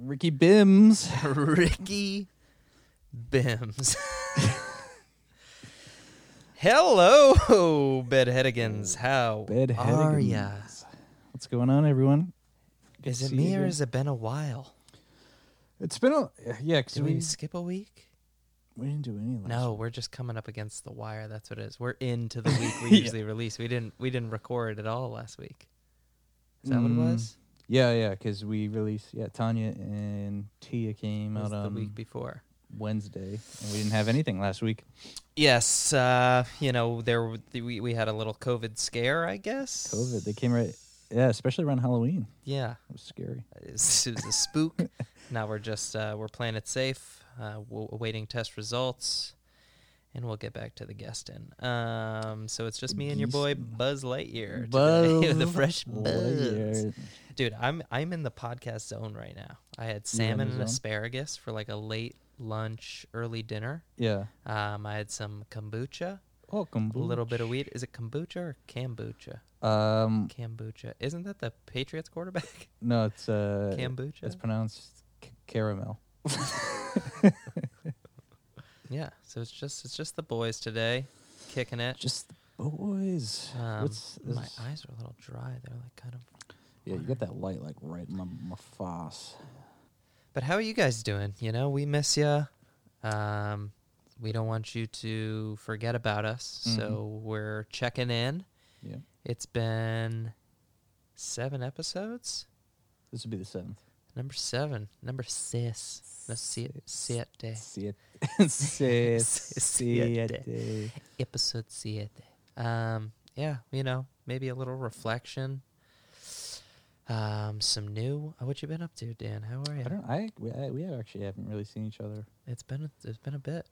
Ricky Bims. Ricky Bims. Hello, Bedheadigans. How Bed are ya? What's going on, everyone? Good Is to it see me you or again. has it been a while? It's been a yeah. Cause Did we we, skip a week? we didn't do any last. No, we're just coming up against the wire. That's what it is. We're into the week we Yeah. usually release. We didn't. We didn't record at all last week. Is that what it Mm, was? Yeah, yeah. Because we released. Yeah, Tanya and Tia came It was out the on week before. Wednesday, and we didn't have anything last week. Yes. Uh, you know, there w- th- we we had a little COVID scare, I guess. COVID. They came right. Yeah, especially around Halloween. Yeah. It was scary. It's- It was a spook. now we're just uh, we're playing it safe. Uh, we're awaiting test results, and we'll get back to the guest in. Um, so it's just me and your boy Geeson. Buzz Lightyear today with the Buzz fresh Buzz. Lightyear. Dude, I'm I'm in the podcast zone right now. I had You in the salmon and zone? asparagus for like a late lunch, early dinner. Yeah. Um, I had some kombucha, Welcome. a little bit of weed. Is it kombucha or kombucha? Um. Kombucha. Isn't that the Patriots quarterback? No, it's uh. Kombucha. It's pronounced c- caramel. Yeah, so it's just it's just the boys today, kicking it. Just the boys. Um, What's this? my eyes are a little dry. They're like kind of. Yeah, you got that light like right in my, my face. But how are you guys doing? You know, we miss you. Um, we don't want you to forget about us, Mhm. so we're checking in. Yeah. It's been seven episodes. This would be the seventh. Number seven. Number six. No, siete. Six. siete. Siete. Siete. Siete. episode siete. Um, yeah, you know, maybe a little reflection. Um, some new. uh, What you been up to, Dan? How are I you? don't. I we, I we actually haven't really seen each other. It's been a, it's been a bit.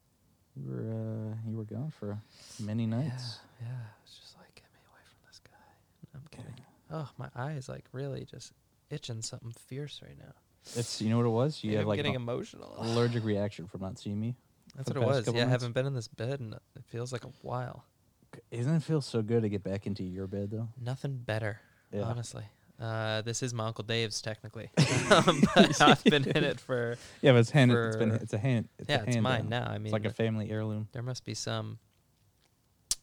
You were uh, you were gone for many nights. Yeah, yeah. It's just like get me away from this guy. I'm kidding. Oh, my eye is like really just itching something fierce right now. It's you know what it was. You Maybe had I'm like getting an emotional. allergic reaction from not seeing me. That's for the past what it was. Yeah, couple I months. haven't been in this bed and it feels like a while. Doesn't it feel so good to get back into your bed though? Nothing better. Yeah. Honestly. Uh, this is my Uncle Dave's technically. um, but I've been in it for Yeah, but it's hand. It's been. for- It's a hand. It's yeah, a it's hand down. mine now. I mean, It's like a family heirloom. there must be some.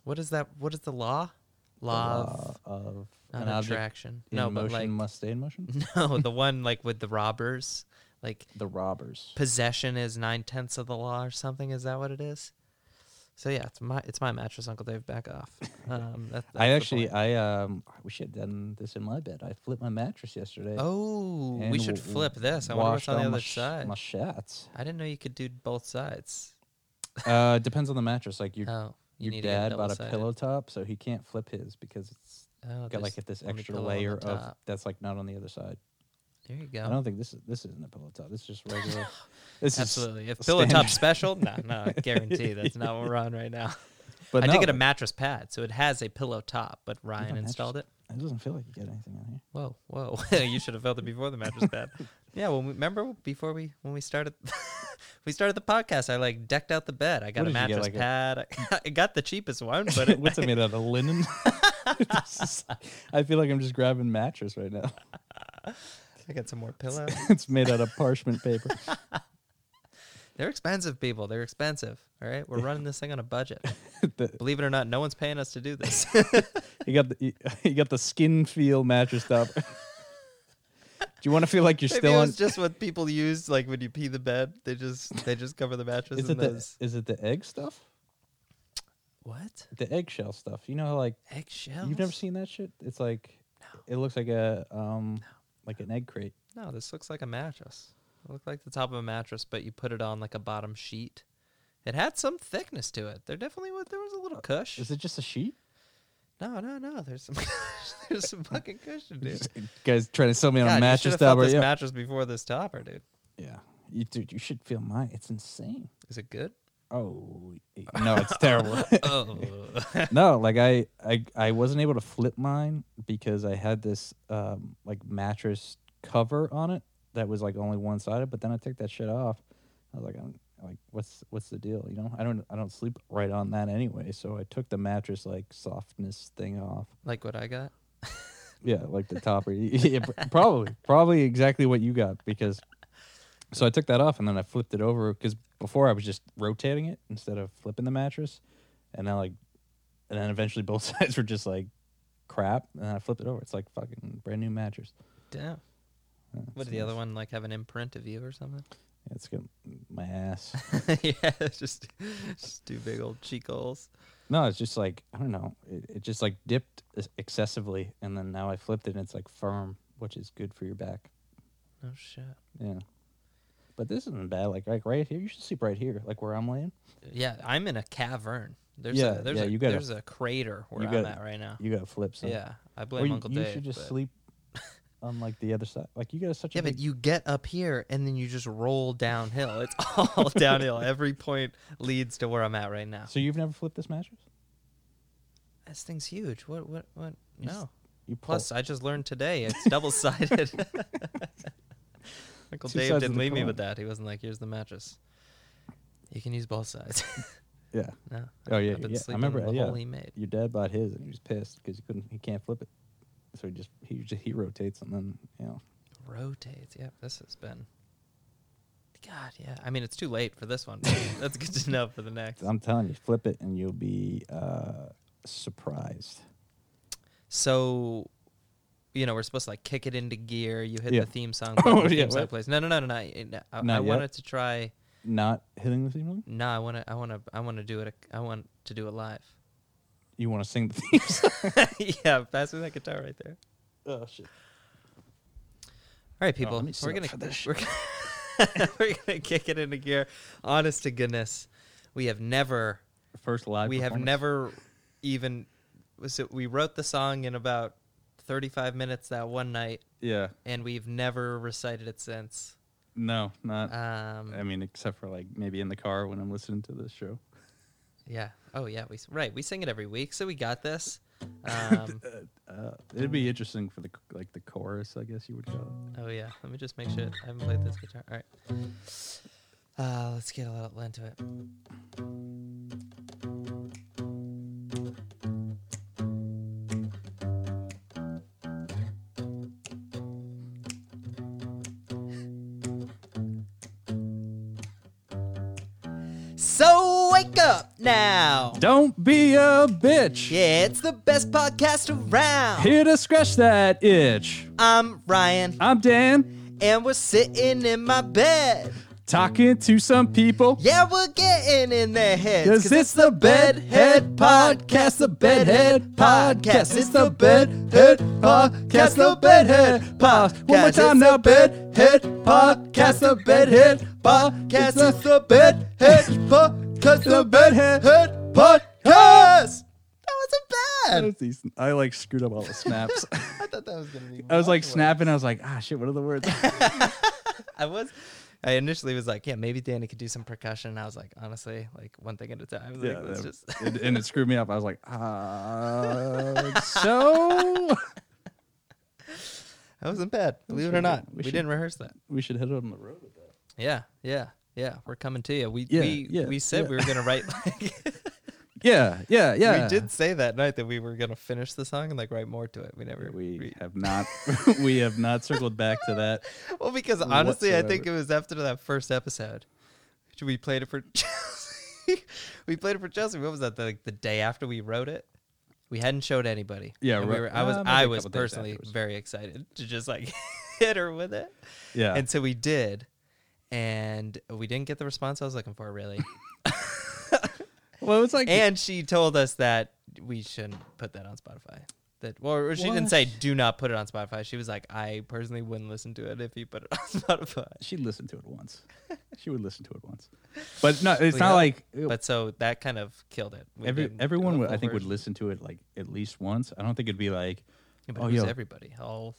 What is that? What is the law? The Law law of of an not object attraction. in no, motion but like must stay in motion. no, the one like with the robbers, like The robbers. possession is nine tenths of the law or something. Is that what it is? So yeah, it's my it's my mattress, Uncle Dave. Back off. Um, that, that's I the actually, point. I um, we should have done this in my bed. I flipped my mattress yesterday. Oh, we and should w- flip this. I wonder what's washed on all the my other sh- side. My shats. I didn't know you could do both sides. Uh, depends on the mattress. Like your Oh, you your need dad to get bought a double-sided. pillow top, so he can't flip his because it's Oh, got there's- like this only extra pillow on the layer of top. that's like not on the other side. there you I go. don't think this is this isn't a pillow top. This is just regular. this Absolutely. If a pillow standard. top special, no, no, I guarantee that's not what we're on right now. is. But I no, did get a mattress pad, so it has a pillow top, but Ryan mattress- installed it. it doesn't feel like you got anything on here. Whoa, whoa! you should have felt it before the mattress pad. Yeah, well, we, remember before we when we started we started the podcast, I like decked out the bed. I got What a did you get, mattress like a- pad. I got the cheapest one, but it, What's it made out of linen? This is- I feel like I'm just grabbing mattress right now. I got some more pillows. it's made out of parchment paper. They're expensive, people. They're expensive. All right, we're running this thing on a budget. The- Believe it or not, no one's paying us to do this. You got the you, you got the skin feel mattress top. Do you want to feel like you're Maybe still it on? was just what people use, like when you pee the bed, they just they just cover the mattress. Is in it the those. is it the egg stuff? what The eggshell stuff. You know how like eggshell? you've never seen that shit. It's like it looks like a um like an egg crate. No, this looks like a mattress. It looked like the top of a mattress, but you put it on like a bottom sheet. It had some thickness to it. There definitely was. There was a little cush. Uh, Is it just a sheet? No, no, no. There's some. there's some fucking cushion, dude. Just- guys trying to sell me on God, a you should mattress have felt top. or- this Yeah, mattress before this topper, dude. yeah. You, dude, you should feel mine. It's insane. Is it good? Oh no, it's terrible. Oh, no like I, I i wasn't able to flip mine because i had this um like mattress cover on it that was like only one sided but then i took that shit off i was like i'm like what's what's the deal you know i don't i don't sleep right on that anyway so i took the mattress like softness thing off like what I got. yeah like the topper yeah, pr- probably probably exactly what you got because So I took that off and then I flipped it over because before I was just rotating it instead of flipping the mattress, and then like, and then eventually both sides were just like crap, and I flipped it over. It's like fucking brand new mattress. Damn. Yeah, What it's did the nice. other one like have an imprint of you or something? Yeah, it's got my ass. yeah, it's just just two big old cheek holes. No, it's just like I don't know. It, it just like dipped ex- excessively, and then now I flipped it, and it's like firm, which is good for your back. Oh shit. Yeah, but this isn't bad. Like like right here, you should sleep right here, like where I'm laying. Yeah, I'm in a cavern. There's Yeah, a there's yeah, a you gotta- there's a crater where you I'm gotta- at right now. You gotta flip some. yeah, I Or blame you, Uncle you Dave. should just but- sleep on like the other side. Like you got such Yeah, a big but you get up here and then you just roll downhill. It's all downhill. Every point leads to where I'm at right now. So you've never flipped this mattress? This thing's huge. What what what? You s- No. You pull- Plus, I just learned today it's double sided. Uncle Two Dave sides of didn't the leave me with coin. that. He wasn't like, "Here's the mattress. You can use both sides." yeah. no. Oh yeah, I've been yeah. I sleeping remember. in the yeah, hole he made. your dad bought his, and he was pissed because he couldn't. He can't flip it, so he just he just he rotates, and then you know. Rotates. Yep. This has been. God, yeah. I mean, it's too late for this one. but That's good to know for the next. I'm telling you, flip it, and you'll be uh, surprised. So, you know, we're supposed to like kick it into gear. You hit Yeah. the theme song. Oh, button, the yeah, Theme song what? plays. No, no, no, no, no. I, no, I, Not I yet? wanted to try. Not hitting the theme one? No, I want to. I want to. I want to do it. I want to do it live. You want to sing the theme song? yeah, pass me that guitar right there. oh shit! All right, people, Oh, let me sit we're up gonna for this we're, gonna- we're gonna kick it into gear. Honest to goodness, we have never First live. we have performance. never even so we wrote the song in about thirty five minutes that one night, Yeah. and we've never recited it since. No, not. Um, I mean, except for like maybe in the car when I'm listening to this show. yeah. Oh yeah. We s- right. We sing it every week, so we got this. Um, Uh, it'd be interesting for the c- like the chorus, I guess you would call it. Oh yeah, let me just make sure I haven't played this guitar. All right, uh, let's get a little into it. So wake up now. Don't be a bitch. Yeah, it's the best podcast around. Here to scratch that itch. I'm Ryan, I'm Dan, and we're sitting in my bed. talking to some people. Yeah, we're getting in their heads. Cause it's the Bedhead Podcast, the Bedhead Podcast. It's the Bedhead Podcast, the Bedhead Podcast. One more time now, Bedhead Podcast, the Bedhead Podcast. It's the Bedhead Podcast, the Bedhead Podcast. That wasn't bad. I like screwed up all the snaps. I thought that was gonna be. I was like snapping. I was like, ah, shit, what are the words? I was. I initially was like, yeah, maybe Danny could do some percussion. And I was like, honestly, like one thing at a time. Like, Yeah, let's that- just. it, and it screwed me up. I was like, uh, so That wasn't bad. Believe it or should- not, we, we should- didn't rehearse that. we should head on the road with that. Yeah, yeah, yeah. We're coming to you. We Yeah, we yeah, we said yeah. we were gonna write. Like, Yeah, yeah, yeah. We did say that night that we were gonna finish the song and like write more to it. We never. We have not. we have not circled back to that. Well, because honestly, I think it was after that first episode. We played it for Chelsea. we played it for Chelsea. What was that? The, like the day after we wrote it, we hadn't showed anybody. Yeah, And we ro- were, I was. uh, maybe I a was couple days personally afterwards. very excited to just like hit her with it, Yeah. and so we did, and we didn't get the response I was looking for really. well, it's like and she told us that we shouldn't put that on Spotify. That well, or she didn't What? say do not put it on Spotify. She was like, I personally wouldn't listen to it if you put it on Spotify. she listened to it once. she would listen to it once. But no, it's Well, not yeah. like uh, But so that kind of killed it. We every didn't do everyone. the Would, I full think would version. listen to it like at least once. I don't think it'd be like. Yeah, but oh, it was yo. everybody. All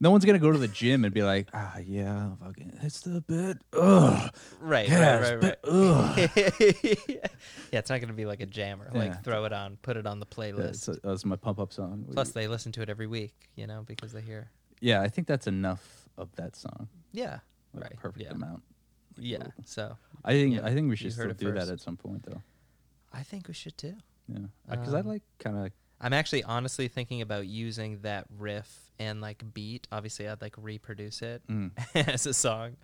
No one's gonna go to the gym and be like, ah, yeah, fucking, it's the bit. Ugh, right, yes, right, right, bit- ugh. right. yeah, it's not going to be like a jammer. Yeah. Like throw it on, put it on the Yeah, playlist. it's a- that's my pump up song. We- Plus, they listen to it every week, you know, because they hear. yeah, I think that's enough of that song. Yeah, Like right. perfect yeah. amount. Yeah. So I think Yeah, I think you we should heard still it do first. that at some point though. I think we should too. Yeah, because I Um, like kind of I'm actually honestly thinking about using that riff and like beat. Obviously, I'd like reproduce it Mm. as a song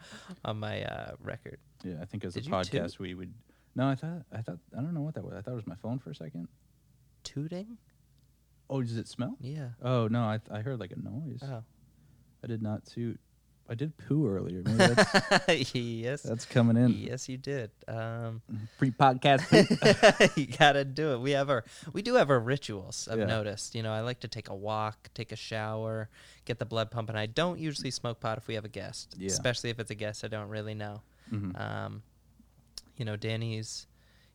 on my uh, record. Yeah, I think as a Did you toot? podcast we would. No, I thought I thought I don't know what that was. I thought it was my phone for a second. Tooting? Oh, does it smell? Yeah. Oh no, I I heard like a noise. Oh. I did not toot. I did poo earlier. Maybe that's, yes. that's coming in Yes, you did. Um, pre-podcast. poo. you gotta do it. We have our we do have our rituals. I've Yeah. noticed. You know, I like to take a walk, take a shower, get the blood pumping. I don't usually smoke pot if we have a guest, Yeah. especially if it's a guest I don't really know. Mhm. Um, you know, Danny's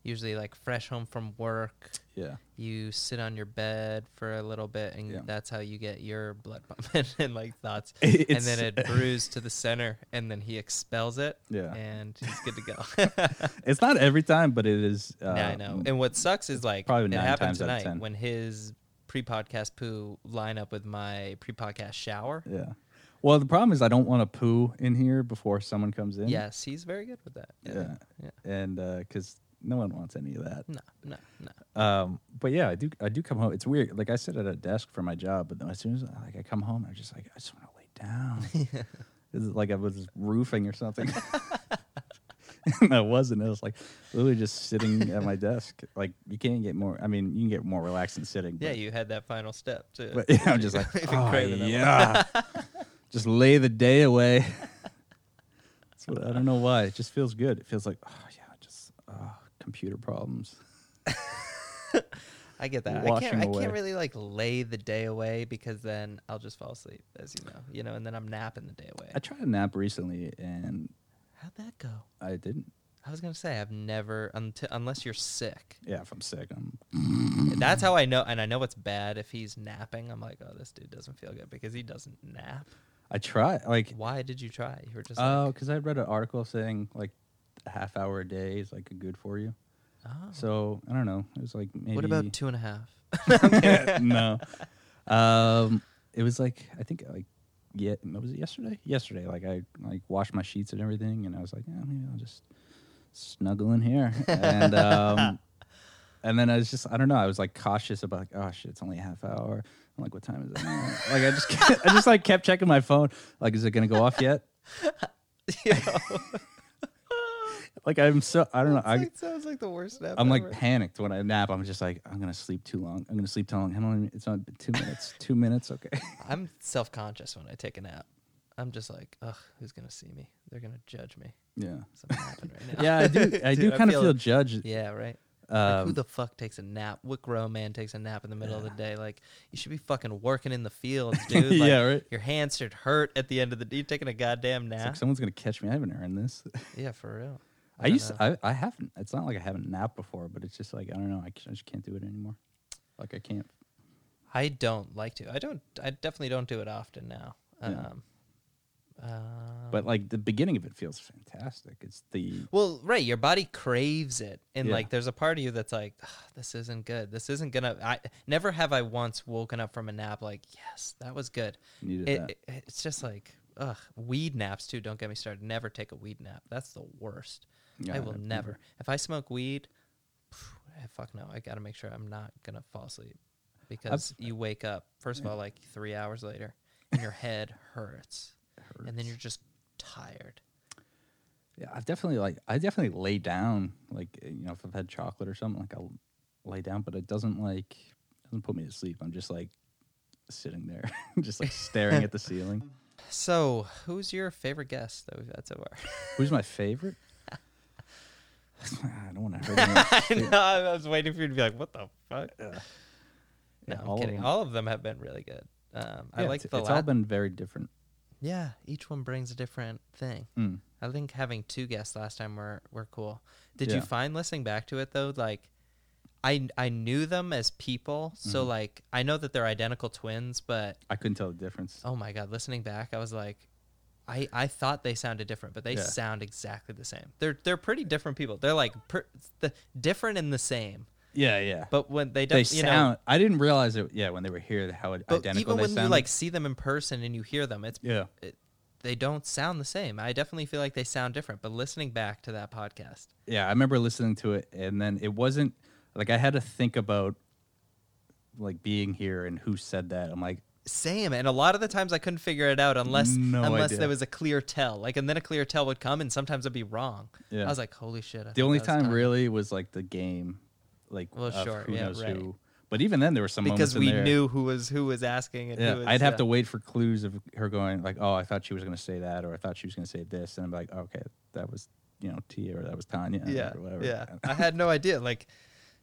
usually like fresh home from work. yeah, You sit on your bed for a little bit, and Yeah. that's how you get your blood pumping and like thoughts. It- and then it's- it brews to the center, and then he expels it, Yeah. and he's good to go. it's not every time, but it is. Uh, yeah, I know. And what sucks is like probably it nine happened times out of tonight 10. when his pre-podcast poo line up with my pre-podcast shower. Yeah. Well, the problem is I don't want to poo in here before someone comes in. Yes, he's very good with that. Yeah. yeah. And because no one wants any of that. No, no, no. Um, but yeah, I do. I do come home. It's weird. Like I sit at a desk for my job, but then as soon as like I come home, I'm just like I just want to lay down. This is like I was roofing or something. and I wasn't. I was like literally just sitting at my desk. Like you can't get more. I mean, you can get more relaxed than sitting. Yeah, but- you had that final step too. But yeah, I'm just like, Even "Oh, craving that yeah, just lay the day away. That's what, I don't know why. It just feels good. It feels like, oh yeah, just oh, computer problems. I get that. I washing can't. I away. can't really like lay the day away because then I'll just fall asleep, as you know. You know, and then I'm napping the day away. I tried a nap recently and How'd that go? I didn't. I was gonna say I've never until unless you're sick. Yeah, if I'm sick, I'm. That's how I know, and I know it's bad if he's napping. I'm like, oh, this dude doesn't feel good because he doesn't nap. I try like Why did you try? You were just oh, like, because I read an article saying like a half hour a day is like good for you. oh. So I don't know. It was like maybe. what about two and a half? no. Um, it was like I think like yeah, was it yesterday? Yesterday, like I like washed my sheets and everything, and I was like, yeah, maybe I'll just snuggle in here, and um, and then I was just I don't know, I was like cautious about like, oh shit, it's only a half hour. I'm like, what time is it? now?" like I just kept, I just like kept checking my phone. Like, is it gonna go off yet? Yo, it's Like I'm so I don't know. I, like, sounds like the worst nap. I'm like ever. panicked when I nap. I'm just like, I'm gonna sleep too long. I'm gonna sleep too long. How long? It's on two minutes. Two minutes. Okay. I'm self conscious when I take a nap. I'm just like, ugh, who's gonna see me? They're gonna judge me. Yeah. Something happened right now. Yeah, I do. I Dude, do I kind of feel- feel judged. Yeah, right. like, who Um, the fuck takes a nap? What grown man takes a nap in the middle of the day? Like, you should be fucking working in the fields, dude. Like, Yeah, right. Your hands should hurt at the end of the day. You taking a goddamn it's nap? like someone's gonna catch me. I haven't earned this. yeah, for real. I, don't used. know. To, I. I haven't. It's not like I haven't napped before, but it's just like I don't know. I, c- I just can't do it anymore. Like I can't. I don't like to. I don't. I definitely don't do it often now. Yeah. Um, um, But like the beginning of it feels fantastic. It's the well, right, your body craves it, and Yeah. like there's a part of you that's like, "Ugh, this isn't good. This isn't gonna. I never have I once woken up from a nap like, yes, that was good. needed It, that. it- it's just like, ugh, weed naps too. Don't get me started. Never take a weed nap. That's the worst. Yeah, I will I've never. If I smoke weed, phew, eh, fuck no. I gotta make sure I'm not gonna fall asleep because you wake up first of all like three hours later and your head hurts, and then you're just tired. Yeah, I definitely like. I definitely lay down. Like eh, you know, if I've had chocolate or something, like I'll lay down. But it doesn't like doesn't put me to sleep. I'm just like sitting there, just like staring at the ceiling. So, who's your favorite guest that we've had so far? Who's my favorite? I don't want to hurt anyone. I know. I was waiting for you to be like, "What the fuck?" No, Yeah, I'm all of kidding. them. all of them have been really good. Um, I Yeah, like it's, the it's la- all been very different. Yeah, each one brings a different thing. Mm. I think having two guests last time were were cool. Did you Yeah. find listening back to it though? Like, I I knew them as people, so Mm-hmm. like I know that they're identical twins, but I couldn't tell the difference. oh my god, listening back, I was like, I I thought they sounded different, but they Yeah. sound exactly the same. They're they're pretty different people. They're like per, the different and the same, Yeah, yeah. but when they they don't, you sound. know. I didn't realize it. Yeah, when they were here, how it, But identical even they when sound. you like see them in person and you hear them, it's yeah, it, they don't sound the same. I definitely feel like they sound different. But listening back to that podcast, yeah. I remember listening to it, and then it wasn't like I had to think about like being here and who said that. I'm like, Same, and a lot of the times I couldn't figure it out unless No unless idea. there was a clear tell. Like, and then a clear tell would come, and sometimes I'd be wrong. Yeah. I was like, "Holy shit!" I the think only that was time Kanye. really was like the game, like Well, of sure, who yeah, knows right. who. But even then, there were some moments because in we there- knew who was who was asking and Yeah, who was, I'd have yeah. to wait for clues of her going like, "Oh, I thought she was going to say that," or "I thought she was going to say this," and I'm like, "Okay, that was you know Tia or that was Tanya, yeah or whatever." yeah i had no idea like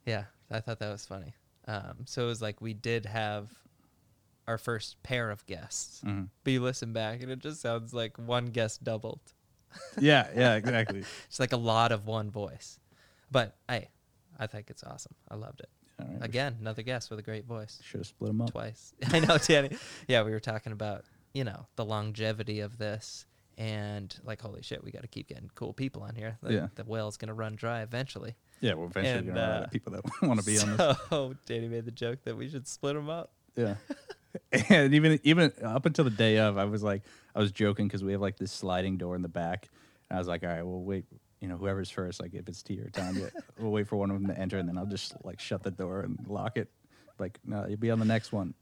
yeah i thought that was funny um so it was like we did have our first pair of guests Mhm. but you listen back and it just sounds like one guest doubled yeah, yeah, exactly. it's like a lot of one voice but hey i think it's awesome i loved it All right, again another guest with a great voice should have split them up. twice. I know, Danny. Yeah, we were talking about you know the longevity of this, and like, holy shit, we got to keep getting cool people on here. The, Yeah. the well's gonna run dry eventually. Yeah, we're eventually And, going to run out uh, of people that want to be on this. So Danny made the joke that we should split them up. Yeah. and even even up until the day of, I was like, I was joking because we have like this sliding door in the back, and I was like, all right, we'll wait. You know, whoever's first, like if it's T or Tanya, we'll wait for one of them to enter, and then I'll just like shut the door and lock it. Like, no, you'll be on the next one.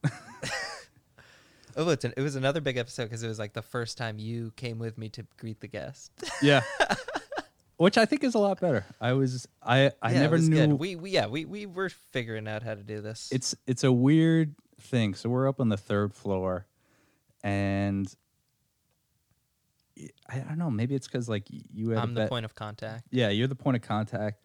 Oh, it's an, it was another big episode because it was like the first time you came with me to greet the guest. Yeah. Which I think is a lot better. I was I I Yeah, it never was knew Good. We, we yeah we we were figuring out how to do this. it's it's a weird thing. So we're up on the third floor and I I don't know, maybe it's cuz like you had a I'm the bet- point of contact. Yeah, you're the point of contact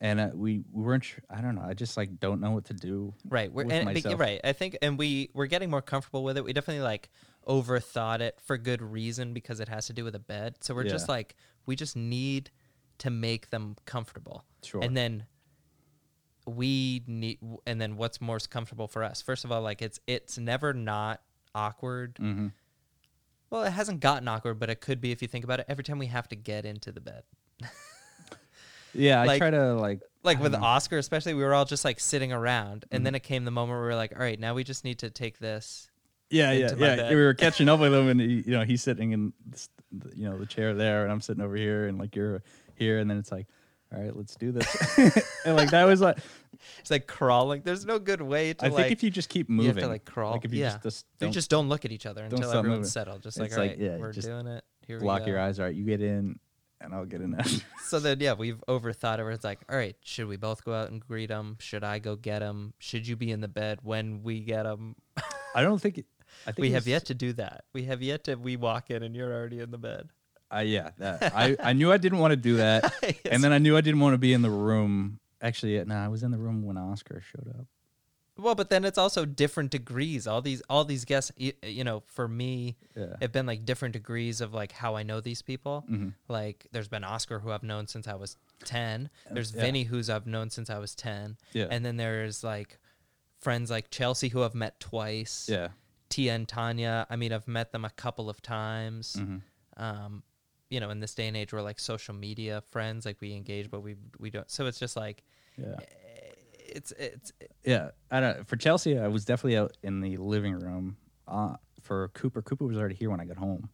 and uh, we we weren't sure, I don't know. I just like don't know what to do. right we're with and, but, you're myself. right i think and we we're getting more comfortable with it we definitely like overthought it for good reason because it has to do with a bed so we're just Yeah. like we just need to make them comfortable Sure. and then we need and then what's more comfortable for us first of all like it's it's never not awkward Mhm. well it hasn't gotten awkward but it could be if you think about it every time we have to get into the bed Yeah, I Like- try to like like I with don't know. Oscar especially, we were all just like sitting around, Mm-hmm. and then it came the moment where we were like, all right, now we just need to take this. yeah, yeah, into my yeah. bed. We were catching up with him, and he, you know he's sitting in this, the- you know the chair there, and I'm sitting over here, and like you're here, and then it's like, all right, let's do this, and like that was like, It's like crawling. There's no good way to I like. think if you just keep you moving, have to like crawl, if you yeah. just, just you don't just don't look at each other until stop everyone's moving. settled. Just like, It's all like, right, yeah, we're just doing it. Here block we go. your eyes. All right, you get in, and I'll get in after. So then, yeah, we've overthought it. Where it's like, all right, should we both go out and greet them? Should I go get them? Should you be in the bed when we get them? I don't think. It, I think We it have was- yet to do that. We have yet to. We walk in and you're already in the bed. I uh, yeah, that, I I knew I didn't want to do that, and then I knew I didn't want to be in the room. Actually, no, I was in the room when Oscar showed up. Well, but then it's also different degrees. All these all these guests, y- you know, for me, Yeah. Mm-hmm. have been like different degrees of like how I know these people. Like there's been Oscar who I've known since I was 10. There's yeah. Vinny who's I've known since I was 10. Yeah. And then there's like friends like Chelsea who I've met twice. Yeah, Tia and Tanya, I mean, I've met them a couple of times. Mm-hmm. Um, you know, in this day and age, we're like social media friends, like we engage, but we we don't. So it's just like eh, yeah. it's it's yeah, I don't. For Chelsea, I was definitely out in the living room. Uh, for Cooper, Cooper was already here when I got home,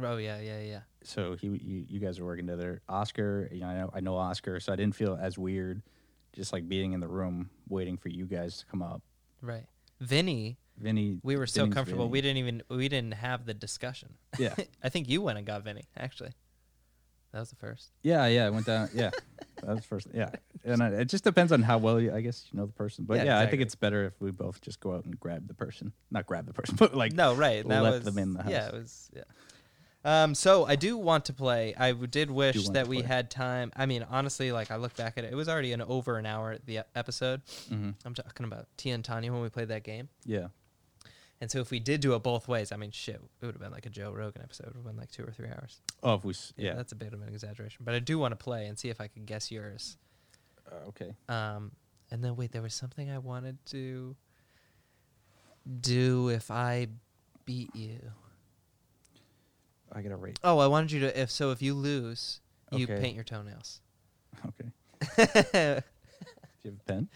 oh yeah yeah yeah. so he, you, you guys were working together. Oscar, you know, I know, I know Oscar, so I didn't feel as weird, just like being in the room waiting for you guys to come up. Right. Vinny, Vinny, we were so Vinny's comfortable. Vinny. We didn't even we didn't have the discussion. Yeah. I think you went and got Vinny, actually. That was the first. yeah, yeah, I went down. Yeah, that was first. Yeah, and I, it just depends on how well you, I guess you know the person. But Yeah, yeah, I think exactly. it's better if we both just go out and grab the person, not grab the person, but like No, right. That let was, them in the Yeah, house. it was yeah. Um, so I do want to play. I w- did wish want that to we play. had time. I mean, honestly, like I look back at it, it was already an over an hour the e- episode. I'm talking about Tia and Tanya when we played that game. Mm-hmm. yeah, And so if we did do it both ways, I mean, shit, it would have been like a Joe Rogan episode. It would have been like two or three hours. oh, if we, s- yeah, that's a bit of an exaggeration, but I do want to play and see if I can guess yours. Uh, okay, Um, and then wait, there was something I wanted to do if I beat you. I gotta rate. Oh, I wanted you to if so if you lose, you Okay. paint your toenails. Okay, yeah. do you have a pen?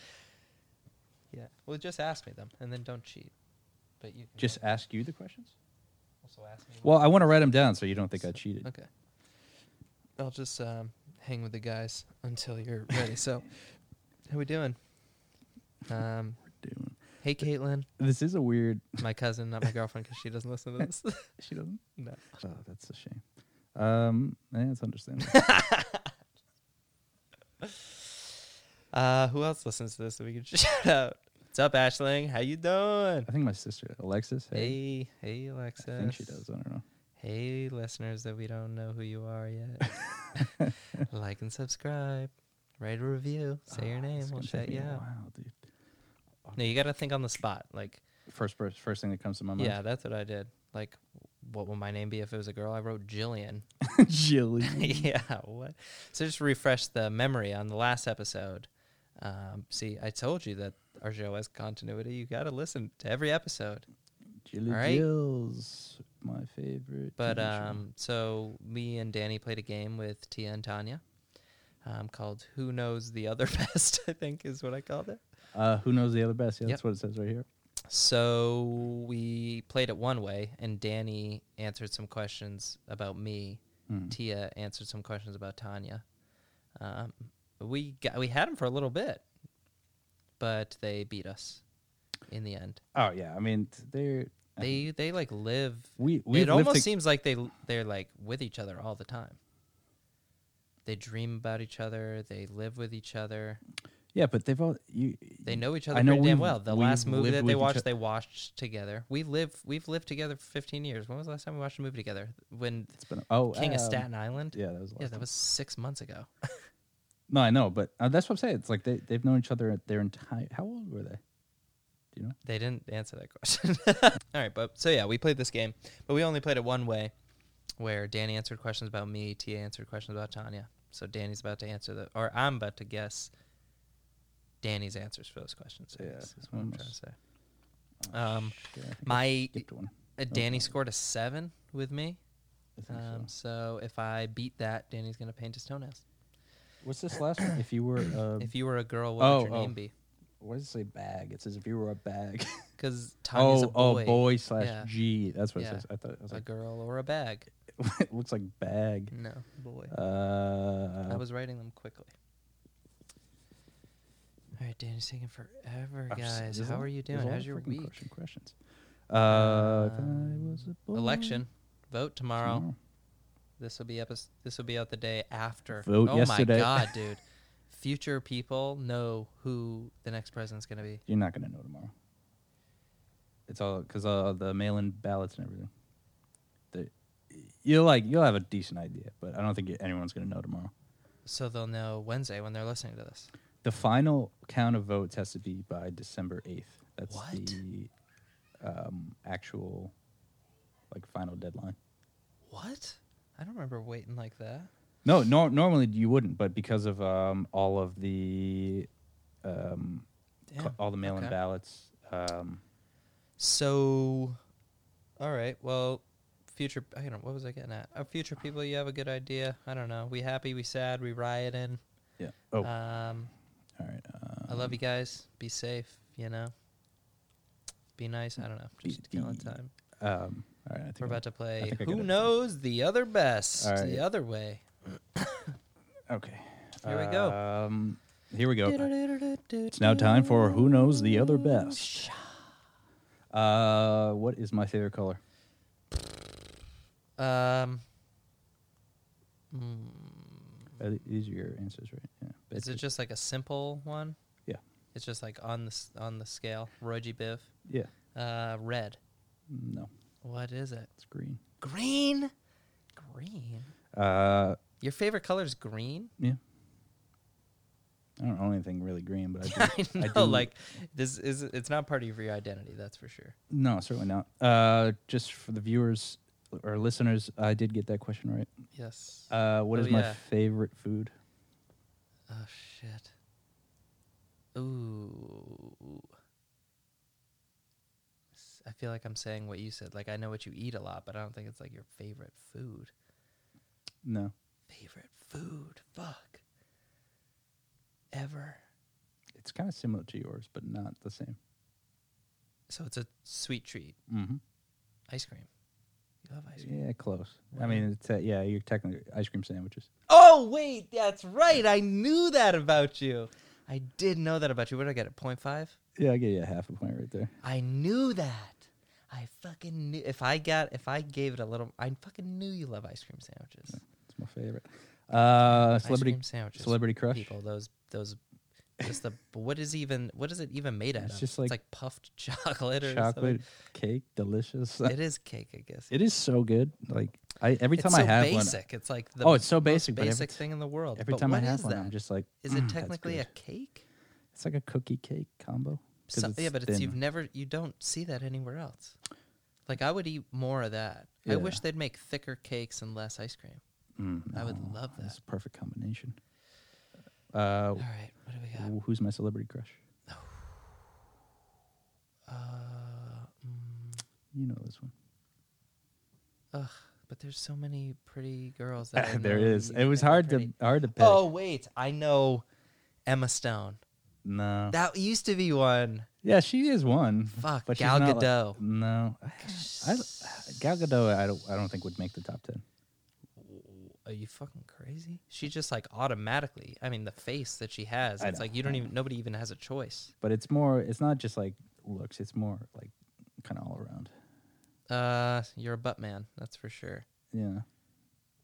Well, just ask me them and then don't cheat. But you can Just ask you the questions. also ask me. Well, I want to write them down so you don't think I cheated. okay. I'll just um, hang with the guys until you're ready. So, how we doing? Um, Doing Hey, Caitlin, This is a weird. my cousin, not my girlfriend, because she doesn't listen to this. She doesn't. no. Oh, that's a shame. Um, eh, it's understandable. Uh, who else listens to this that we can shout out? What's up, Ashling? How you doing? I think my sister Alexis. Hey, Hey, hey, I Alexa. think she does. I don't know. Hey, listeners that we don't know who you are yet. like and subscribe. Write a review. Say your Ah, name. it's We'll gonna take shout me you a out. while, dude. No, you got to think on the spot. Like, First, first, first thing that comes to my mind. yeah, that's what I did. Like, what would my name be if it was a girl? I wrote Jillian. Jilly. yeah, what? So just refresh the memory on the last episode. Um, see, I told you that our show has continuity. You got to listen to every episode. Jilly All right. Jills, my favorite. But TV show. um, so me and Danny played a game with Tia and Tanya um, called "Who Knows the Other Best." I think is what I called it. uh, who knows the other best? Yeah, yep. that's what it says right here. So we played it one way, and Danny answered some questions about me. Hmm. Tia answered some questions about Tanya. Um, we got we had them for a little bit, but they beat us in the end. Oh yeah, I mean t- they're I think They they like live. we we it almost seems like they l- they're like with each other all the time. They dream about each other. They live with each other. yeah, but they've all you They you- know each other I know pretty damn we've- well. The we've last movie lived that they with each watched, o- they watched together. We live we've lived together for 15 years. When was the last time we watched a movie together? When It's been oh King of um, Staten Island. Yeah, that was yeah last that time. was six months ago. no, I know, but uh, that's what I'm saying. It's like they they've known each other their entire. How old were they? They didn't answer that question. All right, but so yeah, we played this game, but we only played it one way, where Danny answered questions about me, Tia answered questions about Tanya. So Danny's about to answer the, or I'm about to guess Danny's answers for those questions. I Yeah, guess is what I'm trying to almost. say. Oh, Um, shit, I think I My skipped one. uh, Danny okay. scored a seven with me, I think so. um, so if I beat that, Danny's gonna paint his toenails. What's this last one? If you were a, If you were a girl, what oh, would your oh. name be? what does it say? Bag. It says if you were a bag. Because Tanya's oh, a boy, oh, boy slash Yeah. G. That's what Yeah. it says. I thought it was a like girl or a bag. it looks like bag. No, boy. Uh, I Mm. was writing them quickly. All right, Danny's taking forever, I'm just- guys. there's a How lot- are you there's a doing? lot How's of your freaking week? crushing Questions. Uh, if I Um, was a boy- Election. Vote tomorrow. Tomorrow. This will be epis- This will be out the day after. Vote oh yesterday. my god, dude! Future people know who the next president's gonna be. You're not gonna know tomorrow. It's all because uh, the mail-in ballots and everything. They, you'll like you'll have a decent idea, but I don't think anyone's gonna know tomorrow. So they'll know Wednesday when they're listening to this. The final count of votes has to be by December eighth. That's What? the um, actual like final deadline. What? I don't remember waiting like that. No, nor normally you wouldn't, but because of um, all of the um, Damn. cl- all the mail-in okay. ballots. Um, So, all right. Well, future. I don't. What was I getting at? Uh, future people, you have a good idea. I don't know. We happy. We sad. We rioting. yeah. Oh, Um, all right. I love you guys. Be safe. You know. Be nice. I don't know. Be- Just killing be- time. Um, all right. I think We're I'm- about to play. think I got Who it. knows the other best? All right. The other way. Okay. Here we go. Um, here we go. It's now time for Who Knows the Other Best. Uh, what is my favorite color? Um. mm, Uh, these are your answers, right? Yeah. Is it Basically. just like a simple one? Yeah. It's just like on the s- on the scale. Roy G. Biv. Yeah. Uh, red. No, What is it? it's green. Green. Green. Uh, Your favorite color is green. yeah. I don't own anything really green, but I do. I know. do- Like this is it's not part of your identity. That's for sure. no, certainly not. Uh, just for the viewers or listeners, I did get that question right. Yes. Uh, what Oh, is my yeah. favorite food? oh shit. Ooh. S- I feel like I'm saying what you said. Like I know what you eat a lot, but I don't think it's like your favorite food. No, Favorite food. Fuck. Ever. it's kind of similar to yours, but not the same. So it's a sweet treat. Mm-hmm. Ice cream. You love ice cream. Yeah, close. I Wow. mean, it's, uh, yeah, you're technically ice cream sandwiches. Oh wait, that's right. I knew that about you. I did know that about you. What did I get? A 0.5? Yeah, I give you a half a point right there. I knew that. I fucking knew. If I got, if I gave it a little, I fucking knew you love ice cream sandwiches. It's my favorite. Uh, Ice celebrity cream sandwiches. celebrity crush. People, those, those, just the. but what is even? What is it even made out It's of? just like it's like puffed chocolate or Chocolate cake, delicious. Something. It is cake, I guess. It is so good. Like I every It's time so I have one, basic. It's like the Oh, it's so most basic, but every basic t- thing in the world. every But time I what have is one, that? I'm just like, Is it "Mm, that's technically a good." cake? It's like a cookie cake combo. 'cause So, it's yeah, but it's, you've thin. never you don't see that anywhere else. Like I would eat more of that. I Yeah. wish they'd make thicker cakes and less ice cream. Mm, I would no, love That's that. Oh, a perfect combination. Uh, All right, what do we got? wh- who's my celebrity crush? Uh, mm, You know this one. ugh, but there's so many pretty girls that I there know is. you It was think are hard to pretty. hard to pick. Oh wait, I know Emma Stone. No. That used to be one. yeah, she is one. Mm-hmm. Fuck, but she's Gal not like- Gadot. no, I, Gal Gadot. I don't. I don't think would make the top ten. Are you fucking crazy? She just like automatically. I mean, the face that she has. I It's know, like you don't I even. Nobody even has a choice. But it's more. It's not just like looks. It's more like kind of all around. Uh, you're a butt man. That's for sure. Yeah,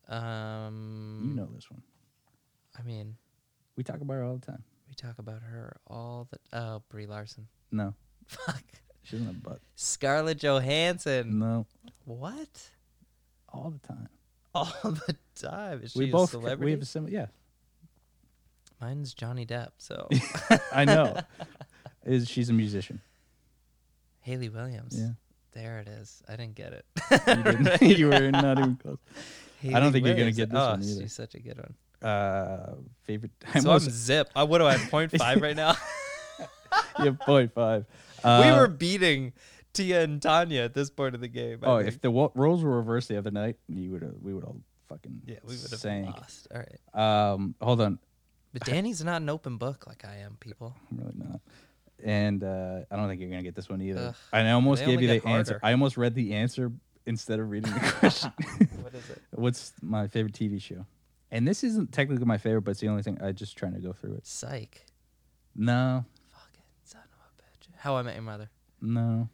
Um, Mm. you know this one. I mean, We talk about her all the time. we talk about her all the. Oh, Brie Larson. No, Fuck. she doesn't have a butt. Scarlett Johansson. No, What? all the time. All the time. Is she we a both. celebrity? We have a sim- Yeah, Mine's Johnny Depp. So I know. Is she's a musician? Haley Williams. Yeah, There it is. I didn't get it. you, didn't, you were not even close. Hayley think you're gonna Williams. get this oh, one either. She's such a good one. Uh, favorite. so I'm zip. I, what do I have? 0.5 right now. yeah, point five. we Uh, were beating Tia and Tanya at this point of the game. I Oh, if think. the wo- roles were reversed the other night, you would have. We would all fucking yeah, we would have sank. lost. All right, Um, hold on, but Danny's not an open book like I am. People, I'm really not. And uh, I don't think you're gonna get this one either. Ugh. And I almost They gave only you the get answer. harder. I almost read the answer instead of reading the question. what is it? What's my favorite TV show? And this isn't technically my favorite, but it's the only thing I just trying to go through it. Psych. No, Fucking son of a bitch. How I Met Your Mother. no.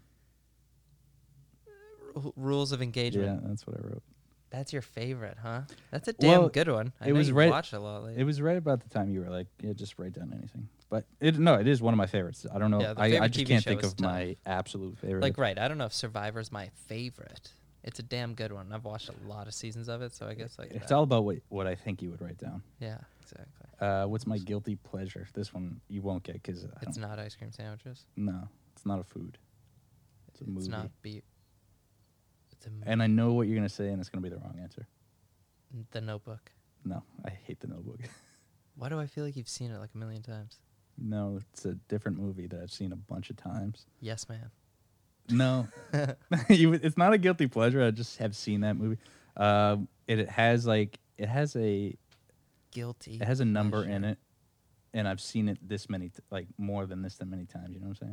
R- rules of engagement. Yeah, that's what I wrote. That's your favorite, huh? That's a damn Well, good one. I it know was you right- watch a lot lately. It was right about the time you were like, yeah, just write down anything. But it no, it is one of my favorites. I don't know. Yeah, the I, I favorite just TV can't show think is of my absolute favorite. like right. I don't know if Survivor's my favorite. It's a damn good one. I've watched a lot of seasons of it, so I guess like it's that. all about what, what I think you would write down. yeah, exactly. Uh, what's my guilty pleasure? This one you won't get because I It's don't. not ice cream sandwiches. No, it's not a food. It's a movie. It's not be. It's a And I know what you're gonna say, and it's gonna be the wrong answer. m- the Notebook. No, I hate the Notebook. Why do I feel like you've seen it like a million times? no, it's a different movie that I've seen a bunch of times. Yes, man. No, you, would- it's not a guilty pleasure. I just have seen that movie. Um, it, it has like it has a Guilty. it has a number pleasure. in it, and I've seen it this many t- like more than this than many times. You know what I'm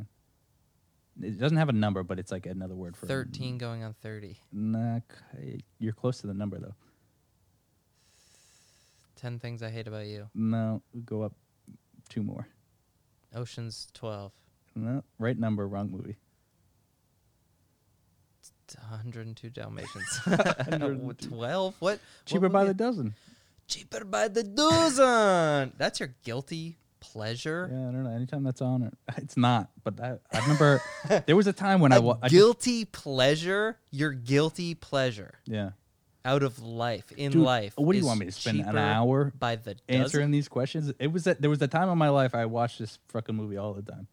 saying? It doesn't have a number, but it's like another word for Thirteen going on thirty. Nah, c- you're close to the number though. Ten things I hate about you. No, go up two more. Ocean's twelve. No, right number, wrong movie. It's 102 Dalmatians. 102. 12? What? Cheaper what by the movie- dozen. Cheaper by the dozen. That's your guilty pleasure. Yeah, I don't know. Anytime that's on, or, it's not. But I, I remember there was a time when I A wa- I just- guilty pleasure. Your guilty pleasure yeah. out of life in Dude, life. What do you is want me to spend an cheaper hour by the dozen? answering these questions? It was that there was a time in my life I watched this fucking movie all the time.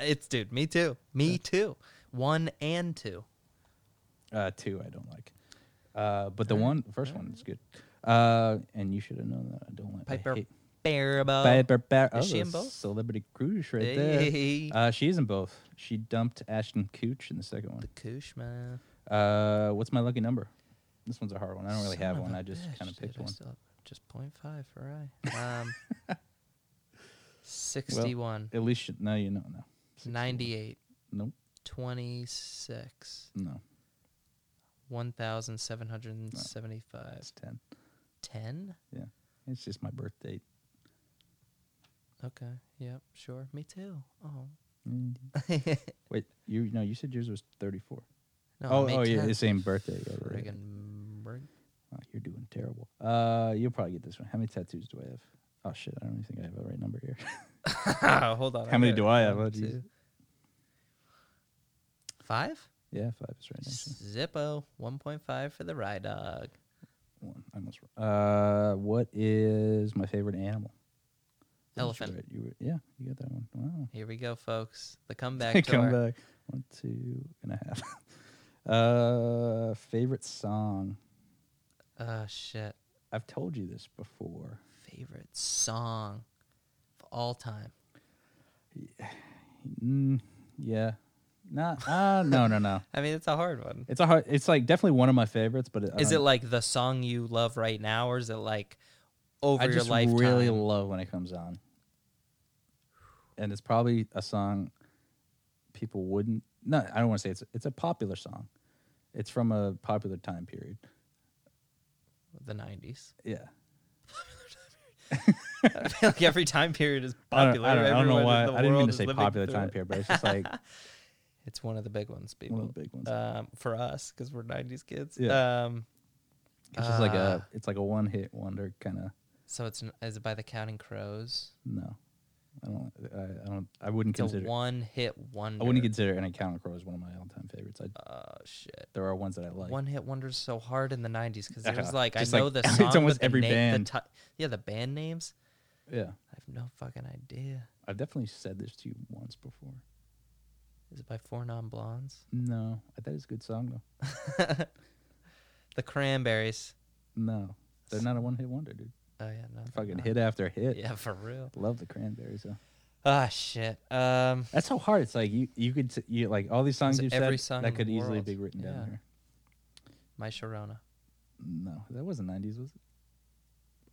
it's dude. Me too. Me too. One and two. Uh, two I don't like. Uh, but the one, the first one is good. Uh, and you should have known that I don't like. I Piper hate- Barabo. Piper Bar- is she that's in both? Celebrity Cruise right there. Hey. Uh, she is in both. She dumped Ashton Kutch in the second one. the Koosh man. Uh, what's my lucky number? This one's a hard one. I don't really Son have of one. a I just bitch, kind of dude, picked I one. still have Just point five for I. Um, 61, At least you, no, you know no. 61. 98, Nope. 26, No, 1,775, it's ten. 10? It's just my birth date. Okay. Yeah. Sure. Me too. Oh. Wait, you no, you said yours was 34. no, oh, May oh yeah, 10th. the same birthday. Yeah, right. Friggin' bird- Oh, you're doing terrible. Uh, you'll probably get this one. How many tattoos do I have? Oh shit, I don't even think I have the right number here. Hold on. How many got do it. I have? One, Oh, jeez. two- Five. yeah, five is right. Actually, Zippo. One point five for the Rye Dog. one. I almost. Uh, what is my favorite animal? That was Elephant. right. You were, yeah, you got that one. Wow. Here we go, folks. The comeback tour. Come back. One, two and a half. uh, favorite song. Oh shit. I've told you this before. Favorite song of all time. Mm, yeah. Not. Uh, no, no, no. I mean, it's a hard one. It's a hard. It's like definitely one of my favorites, but it, I Is it don't- like the song you love right now, or is it like over I your just lifetime? really love when it comes on, and it's probably a song people wouldn't. No, I don't want to say it's. It's a popular song. It's from a popular time period. the '90s. Yeah. I feel like every time period is I don't- popular. I don't, I don't, Everyone know in why. the I didn't mean world to is say living popular through time it. period, but it's just like It's one of the big ones, people. one of the big ones. um, for us because we're '90s kids. Yeah. Um, it's just like uh, a. It's like a one hit wonder kind of. So it's n- is it by the Counting Crows? No, I don't. I, I don't. I wouldn't It's a consider. one-hit wonder. I wouldn't consider an encounter crow as one of my all time favorites. I, Oh shit! there are ones that I like. One-hit wonders so hard in the '90s because it Yeah, was like I just know like- the it's song. almost but the every name- band. The ti- yeah, the band names. Yeah, I have no fucking idea. I've definitely said this to you once before. Is it by Four Non Blondes? No, that is a good song though. The Cranberries. No, they're not a one hit wonder, dude. Oh yeah, no. they're Fucking not. hit after hit. Yeah, for real. Love the Cranberries though. Ah shit. Um, That's so hard. It's like you you could s- you like all these songs It's you every said song in that could the easily world. be written Yeah. down here. my Sharona. No, that wasn't nineties, was it?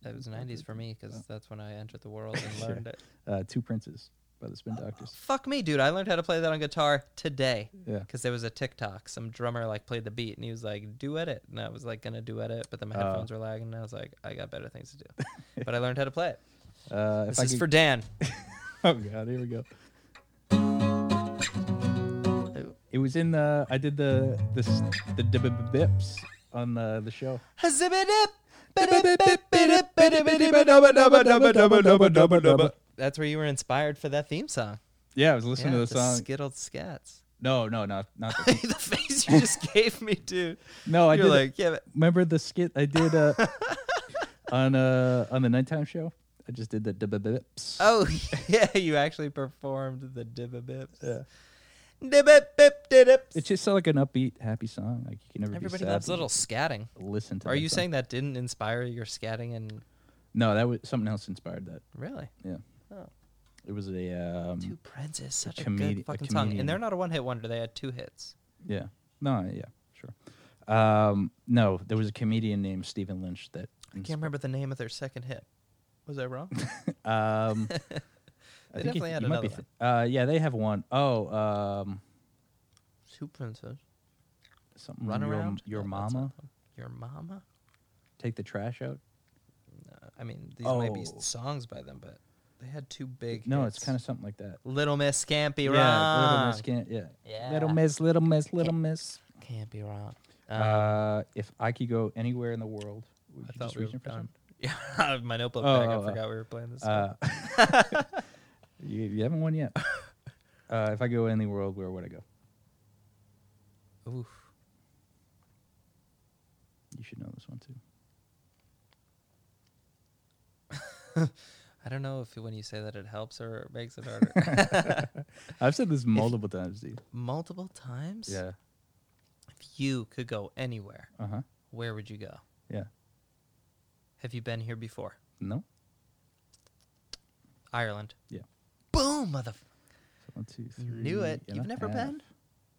That was Oh, '90s good. for me because Oh. that's when I entered the world and Sure. learned it. Uh, Two Princes by the Spin Oh, Doctors. Fuck me, dude. I learned how to play that on guitar today Yeah. because there was a TikTok. Some drummer like played the beat and he was like, duet it. And I was like, gonna duet it, but then my Oh. headphones were lagging and I was like, I got better things to do. but I learned how to play it. Uh, if This I is could- for Dan. Oh god, here we go. It was in the I did the the s- the d- b- b- bips on the the show. That's where you were inspired for that theme song. Yeah, I was listening Yeah, to the song. Skittled Scats. No, no, not not the, the face you just gave me, dude. no. Oh, I You're did. like, yeah, but remember the skit I did uh, on uh on the nighttime show? I just did the d- b- bips. Oh yeah, you actually performed the dibba bips. Yeah. Dibba bip didips. It's just uh, like an upbeat, happy song. Like you can never be Everybody sad. loves but little scatting. Listen to. Are that you song. saying that didn't inspire your scatting and no? That was something else inspired that. really? Oh. It was a um, Two Princes, is such a, comedi- good a fucking song. comedian. And they're not a one hit wonder, they had two hits. Yeah. No, yeah, sure. Um, no, there was a comedian named Stephen Lynch that I can't remember the name of their second hit. Was I wrong? Um, They I think definitely you- had you might be another thi- uh, yeah, they have one. Oh, um, two Princes. something. Run Mm, your, around. Your No, that's not mama. the one. Your mama? Take the trash out. No, I mean, these might be Oh. songs by them, but they had two big. No, it's kind of something like that. Little Miss Can't Be Yeah, little Wrong. miss. Can't, yeah. Little Yeah. miss. Little miss. Little miss. Can't be wrong. Uh, if I could go anywhere in the world, would I you thought just we reach were in for done. some? Yeah, I have my notebook Oh, back. oh, oh. I forgot we were playing this. Uh, you, you haven't won yet. Uh, if I could go any world, where would I go? Oof. You should know this one too. I don't know if when you say that it helps or it makes it harder. I've said this multiple times, dude. Multiple times? Yeah. If you could go anywhere, Uh huh. where would you go? Yeah. Have you been here before? No. Ireland. Yeah. Boom, mother. So one, two, three. Knew it. and You've a never half. been?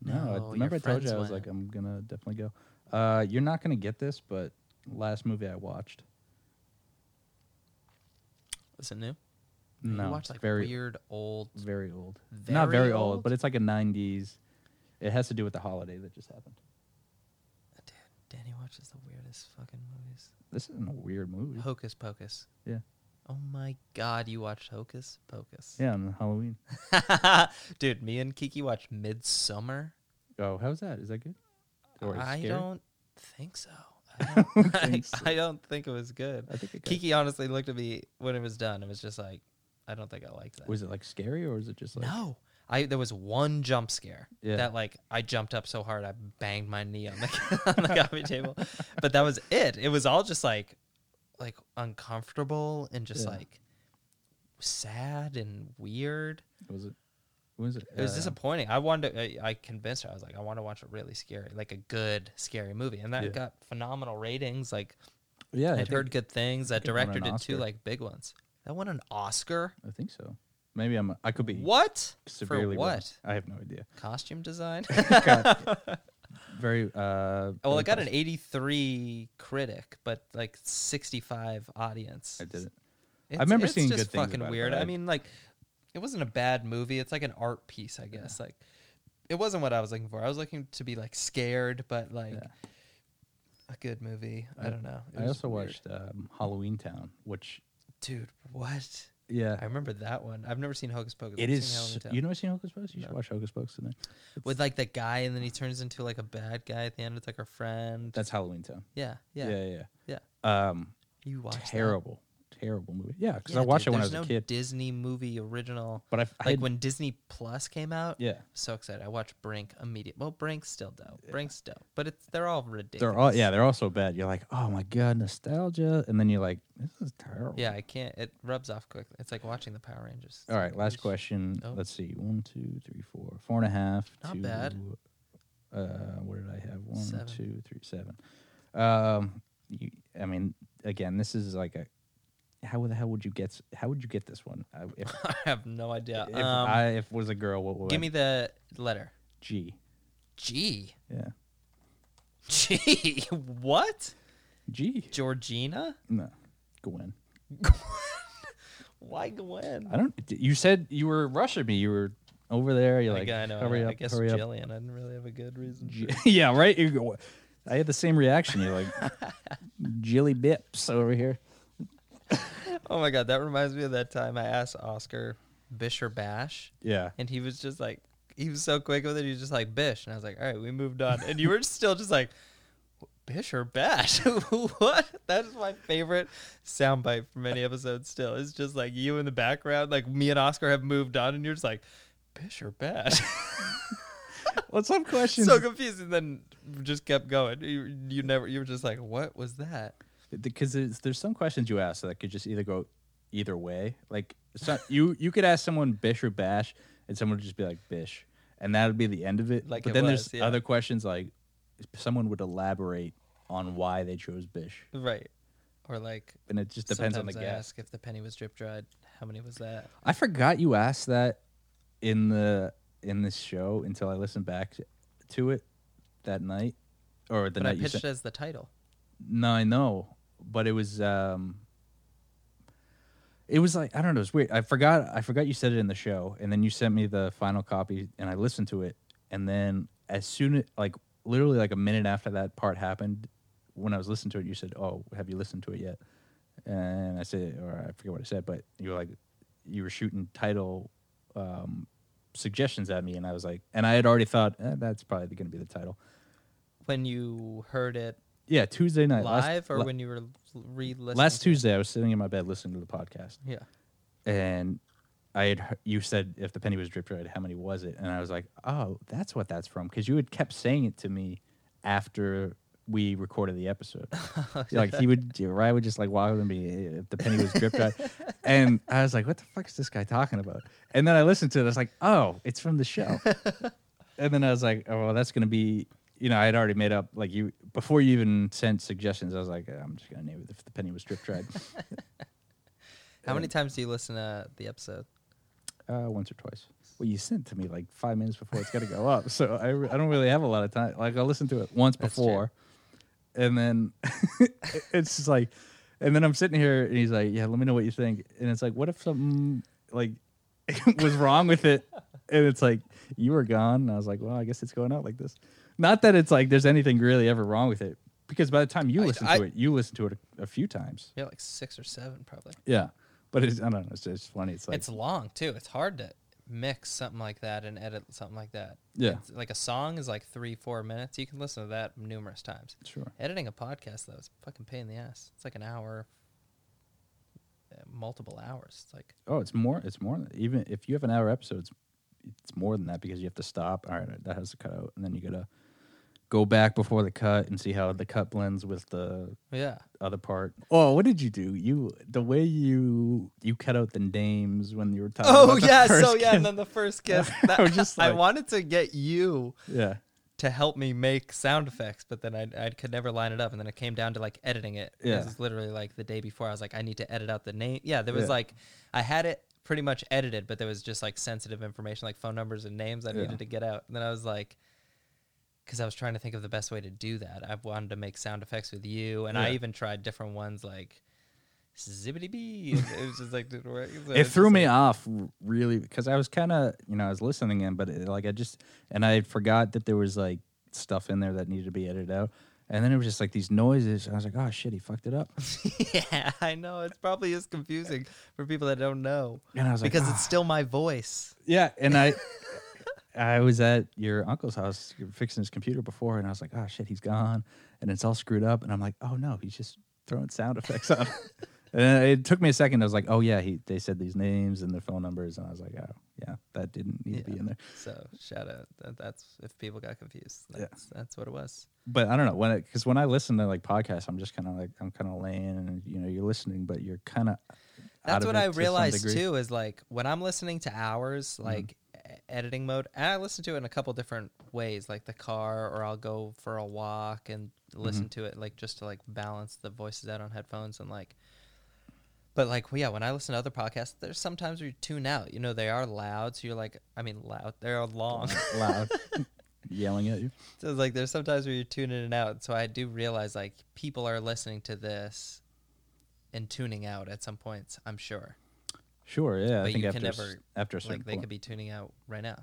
No. No, I, your remember I told you friends I was went. like, I'm gonna definitely go. Uh, you're not gonna get this, but last movie I watched. Is it new? No. You watch like very Mm. weird old. very old. not Very very old? old? but it's like a '90s. It has to do with the holiday that just happened. Dude, Danny watches the weirdest fucking movies. This isn't a weird movie. Hocus Pocus. Yeah. Oh my god, you watched Hocus Pocus. Yeah, on Halloween. Dude, me and Kiki watched Midsummer. Oh, how's that? Is that good? Or is it I scary? don't think so. I I don't, don't think so. I don't think it was good. I think it got, Kiki honestly looked at me when it was done and was just like, I don't think I like that. was it like scary or is it just like no. I there was one jump scare Yeah. that like I jumped up so hard I banged my knee on the, on the coffee table. But that was it. It was all just like like uncomfortable and just Yeah. like sad and weird. was it? Was it? It was uh, disappointing. I wanted to, I, I convinced her. I was like, I want to watch a really scary, like a good scary movie, and that Yeah. got phenomenal ratings. Like Yeah, I I'd think, heard good things. That think it won director an did two Oscar. like big ones. That won an Oscar. I think so. Maybe I'm. I could be What severely for? wrong. What I have no idea. costume design? God. Very. uh Oh, well, very it got an close. eighty-three critic, but like sixty-five audience. I did it. It's, remember it's seeing just good things fucking about it, weird. but I I- mean, like, it wasn't a bad movie. It's like an art piece, I guess. Like, it wasn't what I was looking for. I was looking to be like scared, but like Yeah. a good movie. I, I- don't know. It I was also weird. watched um, Halloween Town, which dude. What? yeah, I remember that one. I've never seen Hocus Pocus. it I've seen is. Halloween so- Town. You never seen Hocus Pocus? You should No. watch Hocus Pocus tonight. with like the guy, and then he turns into like a bad guy at the end. It's like our friend. That's Halloween Town. yeah, yeah, yeah, yeah. yeah. Um, You watched that? terrible, terrible movie. Yeah, because Yeah, I watched dude, it when I there's was a no kid. Disney movie original. but I, I Like had- when Disney Plus came out, yeah, so excited. I watched Brink immediate. Well, Brink's still dope. Brink's dope, but it's they're all ridiculous. they're all yeah, they're all so bad. You're like, oh my god, nostalgia, and then you're like, this is terrible. yeah. I can't. It rubs off quickly. It's like watching the Power Rangers. It's All like, right, last oosh. question. Oh. Let's see. One, two, three, four, four and a half. Not to, bad. Uh, what did I have? One, Seven. two, three, seven. Um, you, I mean, again, this is like a. How the hell would you get? s- How would you get this one? I, if I have no idea. if um, I if was a girl, what would I, give me the letter G? G. Yeah, G. What? G. Georgina? No, Gwen. Why Gwen? I don't. d- You said you were rushing me. You were over there. You're I like, gu- I know. I hurry know. I up, guess hurry up. Jillian. I didn't really have a good reason. J- for it. yeah, right. You go, I had the same reaction. You're like Jilly Bips over here. Oh my god, that reminds me of that time I asked Oscar Bish or Bash. Yeah. and he was just like he was so quick with it he was just like bish and i was like all right we moved on and you were still just like bish or bash what that is my favorite soundbite from any episode still it's just like you in the background like me and oscar have moved on and you're just like bish or bash Well, some questions so confused and then just kept going you, you never you were just like what was that because there's, there's some questions you ask that could just either go either way. Like so, you you could ask someone Bish or Bash, and someone would just be like Bish, and that would be the end of it. Like but it then was, there's yeah. other questions like someone would elaborate on why they chose Bish, right or like and it just depends on the sometimes I guest. ask if the penny was drip dried how many was that I forgot you asked that in the in this show until I listened back to it that night or the but i night you pitched sent. it as the title No, I know, but it was um it was like I don't know, it's weird. I forgot I forgot you said it in the show and then you sent me the final copy and I listened to it and then as soon as like literally like a minute after that part happened when I was listening to it you said, "Oh, have you listened to it yet?" And I said or I forget what I said, but you were like you were shooting title um suggestions at me and I was like and I had already thought eh, that's probably going to be the title. when you heard it Yeah, Tuesday night last- live or la- when you were re-listening last to it? Tuesday, I was sitting in my bed listening to the podcast, yeah and I had hear- you said if the penny was drip dried, how many was it? And I was like, oh, that's what that's from, because you had kept saying it to me after we recorded the episode. You're like he would, Ryan would just like walk up and be "Eh, if the penny was drip dried, and I was like, what the fuck is this guy talking about? And then I listened to it, I was like, oh, it's from the show. and then I was like, oh, well, that's gonna be. You know, I had already made up like you before you even sent suggestions. I was like, I'm just gonna name it if the penny was drip dried. how many times do you listen to the episode Uh, once or twice. Well, you sent it to me like five minutes before it's got to go up, so I, re- I don't really have a lot of time. Like I listened to it once That's true. before, and then it's just like, and then I'm sitting here and he's like, "Yeah, let me know what you think." And it's like, what if something like was wrong with it? And it's like you were gone, and I was like, "Well, I guess it's going out like this." Not that it's like there's anything really ever wrong with it, because by the time you I- listen I- to it, you listen to it a, a few times. yeah like six or seven probably Yeah. But it's, I don't know. It's just funny. It's like it's long too. It's hard to mix something like that and edit something like that. yeah, It's like a song is like three, four minutes. You can listen to that numerous times. sure. Editing a podcast though is a fucking pain in the ass. It's like an hour, uh, multiple hours. It's like Oh, it's more. It's more. than- Even if you have an hour episode, it's it's more than that because you have to stop. All right, that has to cut out, and then you gotta go back before the cut and see how the cut blends with the yeah, other part. Oh, what did you do? You the way you you cut out the names when you were talking. Oh about the yeah, first so yeah, kid. and then the first kiss. I That, I, was just like- wanted to get you yeah. to help me make sound effects, but then I, I could never line it up, and then it came down to like editing it. Yeah. it was literally like the day before. I was like, I need to edit out the name. Yeah, there was Yeah. like I had it pretty much edited, but there was just like sensitive information, like phone numbers and names I Yeah. needed to get out. And then I was like. Because I was trying to think of the best way to do that. I wanted to make sound effects with you, and I Yeah. even tried different ones like zibbity bee. It was just like didn't work. So it it's threw just me like- off r- really because I was kind of you know I was listening in, but it, like I just and I forgot that there was like stuff in there that needed to be edited out, and then it was just like these noises. And I was like, oh shit, he fucked it up. yeah, I know. It's probably is confusing for people that don't know And I was like, because it's "Ah." still my voice. yeah, and I. I was at your uncle's house fixing his computer before, and I was like, "Oh shit, he's gone," and it's all screwed up. And I'm like, "Oh no, he's just throwing sound effects on." it." and it took me a second. I was like, "Oh yeah, he they said these names and their phone numbers," and I was like, "Oh yeah, that didn't need to be Yeah. in there." So shout out. That, that's if people got confused. Yeah. That's, that's what it was. but I don't know when because when I listen to like podcasts, I'm just kind of like I'm kind of laying and you know you're listening, but you're kind of That's what I realized too is like when I'm listening to hours, like e- editing mode, and I listen to it in a couple different ways, like the car, or I'll go for a walk and listen to it, like just to like balance the voices out on headphones and like. But like, yeah, when I listen to other podcasts, there's sometimes where you tune out. You know, they are loud, so you're like, I mean, loud. They're long. loud, yelling at you. So it's like there's sometimes where you're tuning in and out. So I do realize like people are listening to this and tuning out at some points, I'm sure. Sure, yeah. But I think you after can s- never, after a certain like they could point. be tuning out right now.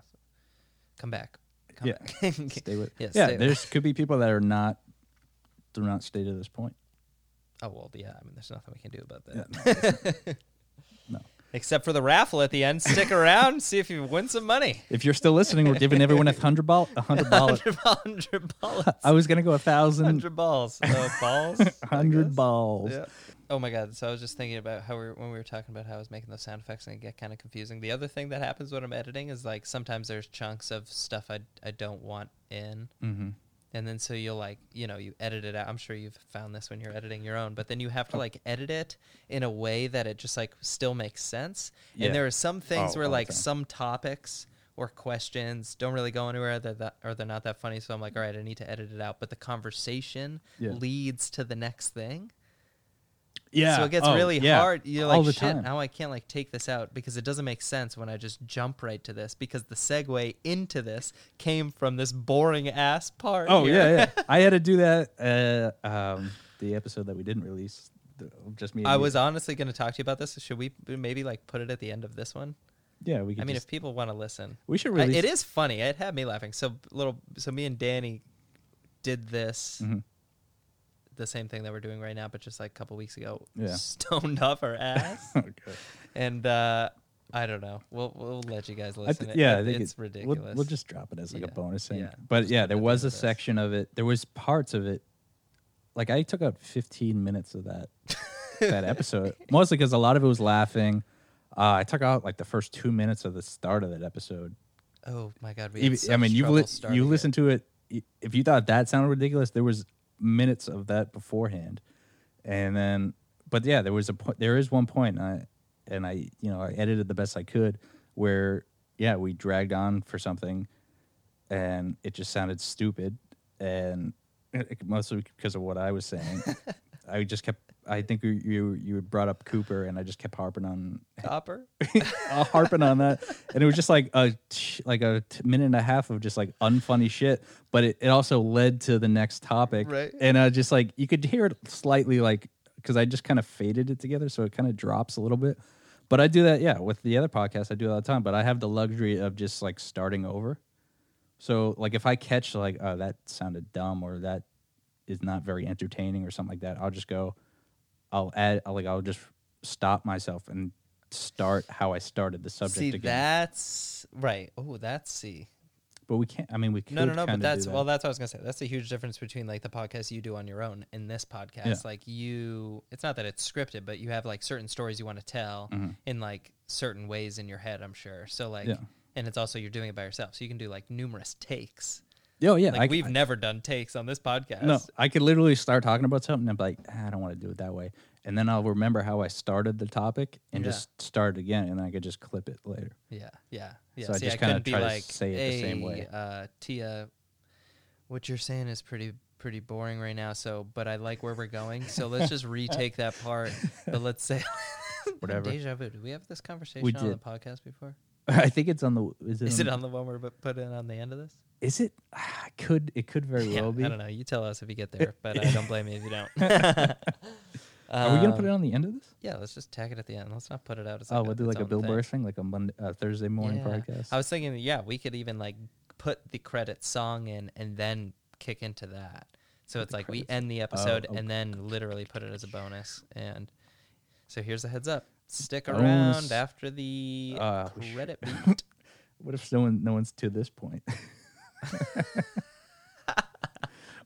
Come back. Come Yeah. back. stay with yeah, yeah. stay- there's could be people that are not do not stay to this point. oh well yeah, I mean there's nothing we can do about Yeah, that. no, it's not- no. Except for the raffle at the end. Stick around, see if you win some money. If you're still listening, we're giving everyone a hundred ball, a hundred ball. 100, 100 bullets. I was gonna go a thousand, 100 balls. Uh, balls? I guess? hundred balls. Yeah. Oh my god. So I was just thinking about how we were, when we were talking about how I was making those sound effects and it get kind of confusing. The other thing that happens when I'm editing is like sometimes there's chunks of stuff I I don't want in. Mm-hmm. And then so you'll like, you know, you edit it out. I'm sure you've found this when you're editing your own, but then you have to like edit it in a way that it just like still makes sense. Yeah. And there are some things Oh, where all the like time. some topics or questions don't really go anywhere they're that, or they're not that funny. So I'm like, all right, I need to edit it out. But the conversation Yeah. leads to the next thing. Yeah. So it gets oh, really yeah, hard. You're all like, the shit, time. now I can't like take this out because it doesn't make sense when I just jump right to this because the segue into this came from this boring ass part. Oh here. yeah, yeah. I had to do that. Uh, um, the episode that we didn't release, the- just me. and I you. was honestly going to talk to you about this. Should we b- maybe like put it at the end of this one? Yeah, we. Could I mean, just- if people want to listen, we should I- release. it is funny. It had me laughing. So little. So me and Danny did this. Mhm. The same thing that we're doing right now, but just like a couple weeks ago, Yeah. stoned off our ass. okay. and uh, I don't know. We'll we'll let you guys I listen. th- It- yeah, it- I think it's it- we'll- ridiculous. We'll, just drop it as like Yeah, a bonus thing. yeah, But just yeah, put there it at the was end a of this. section of it. There was parts of it. Like I took out 15 minutes of that that episode, mostly because a lot of it was laughing. Uh, I took out like the first two minutes of the start of that episode. oh my god, we. Even- Had such I mean, you've trouble li- starting you it. listened to it. y- If you thought that sounded ridiculous, there was minutes of that beforehand, and then, but yeah, there was a point. There is one point, and I, and I, you know, I edited the best I could, where yeah, we dragged on for something, and it just sounded stupid, and mostly because of what I was saying. I just kept. I think you you you had brought up Cooper, and I just kept harping on Copper. uh, harping on that, and it was just like a t- like a t- minute and a half of just like unfunny shit. But it, it also led to the next topic, Right. And uh, just like you could hear it slightly, like because I just kind of faded it together, so it kind of drops a little bit. But I do that, yeah, with the other podcast, I do it all the time. But I have the luxury of just like starting over. So like if I catch like oh that sounded dumb or that is not very entertaining or something like that, I'll just go, I'll add, I'll, like I'll just stop myself and start how I started the subject see, again. that's right. Oh, that's see. But we can't. I mean, we could. No, no, no. kinda But do that's that. well, that's what I was gonna say. That's a huge difference between like the podcast you do on your own and this podcast. Yeah. Like you, it's not that it's scripted, but you have like certain stories you want to tell Mhm. in like certain ways in your head. I'm sure. So like, Yeah. and it's also you're doing it by yourself, so you can do like numerous takes. Oh yeah, like I c- we've I- never done takes on this podcast. No, I could literally start talking about something and be like, "Ah, I don't want to do it that way. And then I'll remember how I started the topic and Yeah. just start again. And I could just clip it later. Yeah, yeah, yeah. So I See, just I kinda couldn't be try to like, say it the same way. "Hey, Uh, Tia, what you're saying is pretty pretty boring right now. So, but I like where we're going. So let's just retake that part. But let's say Whatever. Deja vu. Did we have this conversation We on the did. podcast before? I think it's on the. Is it? Is on, it on the one we're bu- put in on the end of this? Is it? Ah, it could it could very Yeah, well be. I don't know. You tell us if you get there, but I don't blame you if you don't. Are Are we gonna put it on the end of this? Yeah, let's just tag it at the end. Let's not put it out. As Oh, like we'll do like its a own thing. Bill Burr thing, like a Monday, uh, Thursday morning Yeah. podcast. I was thinking, yeah, we could even like put the credit song in and then kick into that. So it's the like we credits end the episode oh. and then literally put it as a bonus. And so here's a heads up: stick Bonus. around after the Uh, we should- credit beat. What if no one, no one's to this point?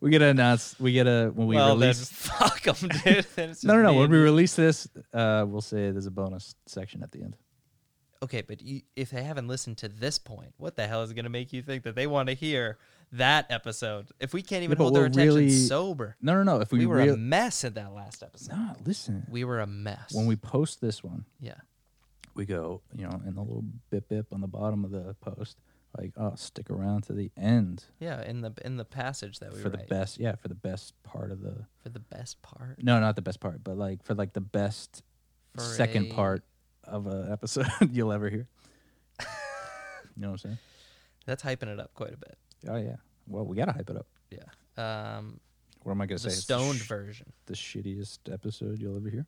we gotta announce. We gotta when we well, release. then fuck them, dude. Then it's No, no, just no. me When and we you. release this, uh, we'll say there's a bonus section at the end. okay, but you, if they haven't listened to this point, what the hell is going to make you think that they want to hear that episode? If we can't even but hold their we're attention really- sober, No, no, no. If we, we, were real- a mess in that last episode. Nah, listen. We were a mess When we post this one, yeah. we go, you know, in the little bip bip on the bottom of the post, like, oh, stick around to the end Yeah, in the in the passage that we for the write, best. Yeah, for the best part of the. for the best part. No, not the best part, but like for like the best For second a- part of an episode you'll ever hear. you know what I'm saying? That's hyping it up quite a bit. Oh yeah. Well, we gotta hype it up. Yeah. Um, What am I gonna say? the It's the stoned sh- version. the shittiest episode you'll ever hear.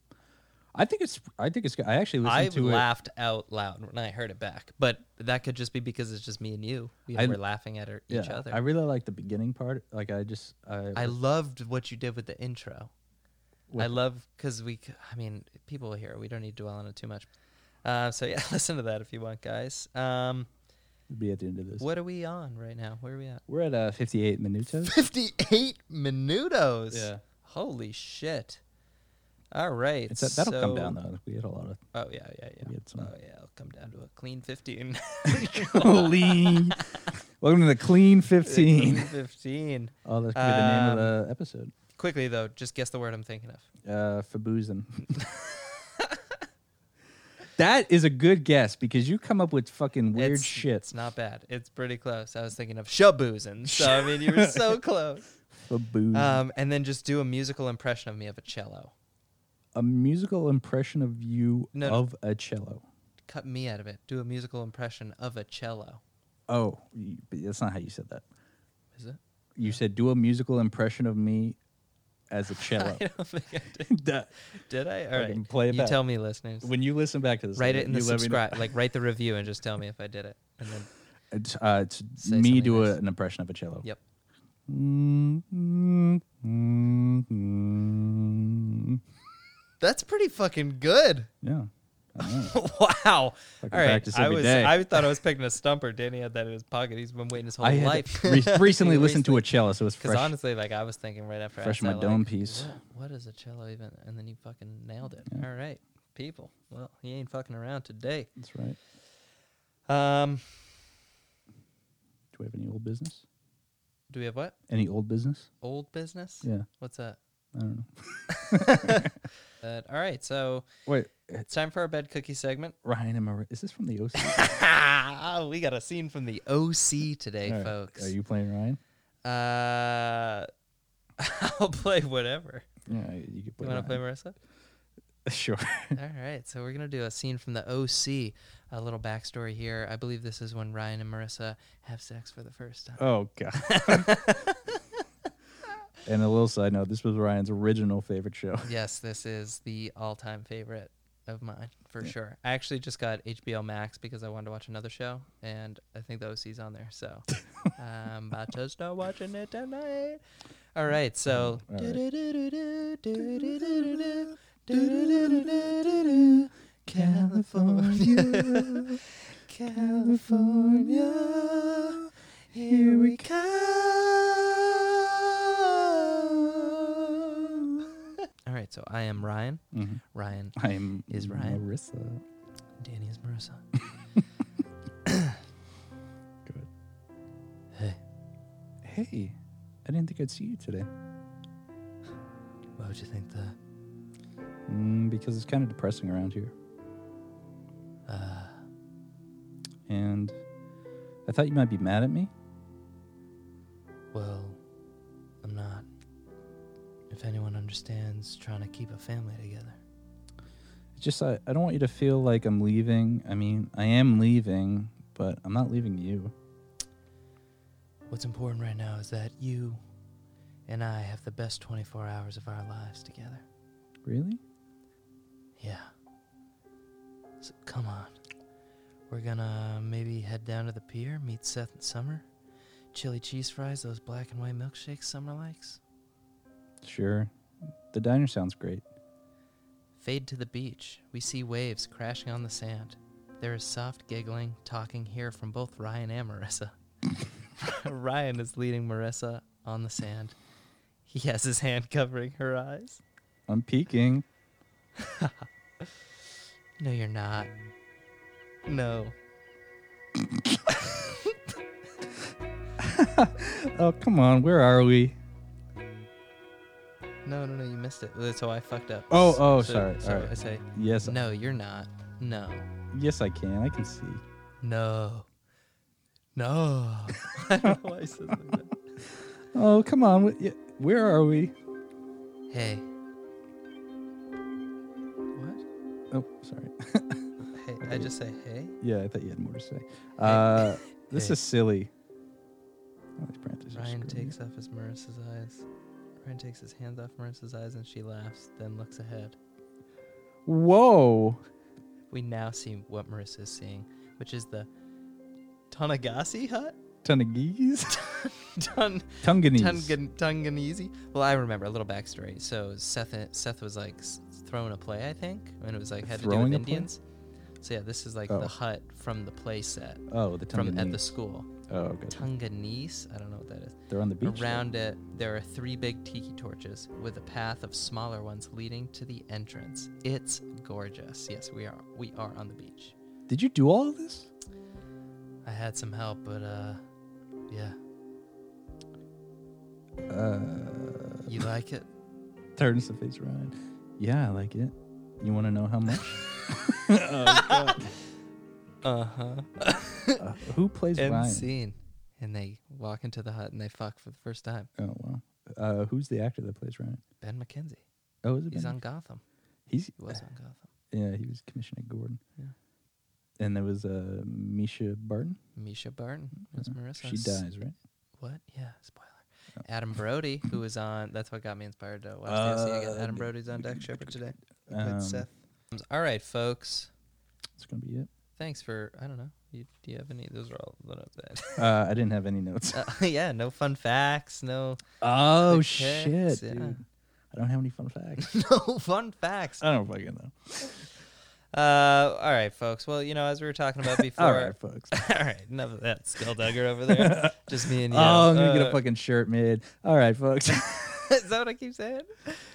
I think it's. I think it's. good. I actually listened I to it. laughed out loud when I heard it back, but that could just be because it's just me and you. We I- were laughing at our, each yeah, other. I really like the beginning part. Like I just. I. I loved what you did with the intro. I What- love because we. c- I mean, people will hear. it. We don't need to dwell on it too much. Uh, so yeah, listen to that if you want, guys. Um, be at the end of this. what are we on right now? Where are we at? We're at uh, 58 minutos. Fifty-eight minutos. Yeah. Holy shit. All right. It's that, that'll come down so- though. We had a lot of Oh yeah, yeah, We yeah. had some- Oh yeah, it'll come down to a clean fifteen. clean. Welcome to the clean Clean 15. fifteen. Oh, that could be the name of Um, the episode. Quickly though, just guess the word I'm thinking of. Uh, Faboozin. that is a good guess because you come up with fucking weird it's, shit. It's not bad. It's pretty close. I was thinking of shaboozin. So I mean, you were so close. Faboozin. Um, and then just do a musical impression of me of a cello. a musical impression of you No, no. of a cello. Cut me out of it. Do a musical impression of a cello. Oh, you- but that's not how you said that. Is it? You said do a musical impression of me as a cello. I don't think I did. That- Did I? All Fucking right. play it you back. tell me, listeners. when you listen back to this, write you- it in the you let me know. subscribe like write the review and just tell me if i did it and then It's, uh, it's Say me something do a- nice. an impression of a cello. yep Mm, mm, mm, mm. that's pretty fucking good Yeah. I know. wow all right practice i every was day. i thought i was picking a stumper danny had that in his pocket he's been waiting his whole I had life re- recently listened to a cello, so it's because fresh. honestly like i was thinking right after fresh I in my said, dome like, piece. what, what is a cello even and then you fucking nailed it all right people well he ain't fucking around today That's right. um Do we have any old business? do we have what Any old business? old business Yeah. what's that I don't know. uh, all right so Wait, it's it's time for our bed cookie segment Ryan and Maria. Is this from the OC? Ah, we got a scene from the OC today, All right. folks. Are you playing Ryan? uh, I'll play whatever. Yeah, you can You play. want to play Ryan. Marissa? Sure. All right, so we're gonna do a scene from the OC. A little backstory here. I believe this is when Ryan and Marissa have sex for the first time. Oh god. and a little side note: this was Ryan's original favorite show. yes, this is the all-time favorite of mine for sure. I actually just got HBO Max because I wanted to watch another show, and I think the OC's on there, so I'm about to start watching it tonight. All right, so All right. do-do-do-do-do, do-do-do-do-do, Do-do-do-do-do-do-do. California, California, here we come. All right, so I am Ryan. Mhm. Ryan, I'm Is Ryan- Marissa. Danny is Marissa. Good. Hey, Hey, I didn't think I'd see you today. why would you think that? Mm, because it's kind of depressing around here. Uh, And I thought you might be mad at me. well, I'm not. If anyone understands trying to keep a family together. It's just I, I don't want you to feel like I'm leaving. I mean, I am leaving, but I'm not leaving you. What's important right now is that you and I have the best 24 hours of our lives together. Really? Yeah. So come on. We're gonna maybe head down to the pier, meet Seth and Summer. Chili cheese fries, those black and white milkshakes Summer likes. Sure. The diner sounds great. Fade to the beach. We see waves crashing on the sand. There is soft giggling, talking here from both Ryan and Marissa. Ryan is leading Marissa on the sand. He has his hand covering her eyes. I'm peeking. No, you're not. No. Oh, come on. Where are we? No, no, no, you missed it. That's how I fucked up. Oh, S- oh, so- sorry, So alright. I say, Yes. no, you're not. No. Yes, I can. I can see. No. No. I don't know why he says like that. Oh, come on. Wh- y- Where are we? Hey. What? Oh, sorry. Hey, I just say hey. Yeah, I thought you had more to say. Uh, this Hey. is silly. Oh, these parentheses are Ryan screwing me takes off his Marissa's eyes. Ryan takes his hands off Marissa's eyes and she laughs, then looks ahead. up. Whoa. We now see what Marissa is seeing, which is the Tanagasi hut? Tanagese? Tan- Tunganese. Tungan, Tunganese. Well, I remember a little backstory. So Seth Seth was like s- throwing a play, I think, and it was like had to do Throwing with a play? Indians. So yeah, this is like Oh. the hut from the play set Oh, the from Tunganese. at the school. oh, good. Tunganese, I don't know what that is. They're on the beach. though. Around it, there are three big tiki torches with a path of smaller ones leading to the entrance. It's gorgeous. Yes, we are we are on the beach. Did you do all of this? I had some help, but uh, yeah, Uh, you like it? turns the face around. Yeah, I like it. You want to know how much? Uh Uh-huh. huh. Uh, who plays end Ryan? scene. And they walk into the hut and they fuck for the first time. Oh wow. Uh, who's the actor that plays Ryan? Ben McKenzie. Oh, is it He's Ben? on Gotham. He's He was on Gotham. yeah. He was Commissioner Gordon. Yeah. And there was uh, Misha Barton. Misha Barton was Uh, Marissa. She dies, right? What? Yeah, spoiler. Oh. Adam Brody, who was on, that's what got me inspired to watch the OC again. Uh, Adam Brody's on Deck Shepherd today. He played Um, Seth. All right, folks. That's gonna be it. Thanks for, I don't know. You, do you have any? Those are all the notes. I had. Uh, I didn't have any notes. Uh, yeah, no fun facts. No, oh quick shit, picks, yeah. dude. I don't have any fun facts. no fun facts. I don't fucking know. Uh, all right, folks. Well, you know, as we were talking about before. All right, folks. All right, enough of that skulldugger over there. Just me and you. Oh, I'm gonna get a Uh, fucking shirt made. All right, folks. Is that what I keep saying?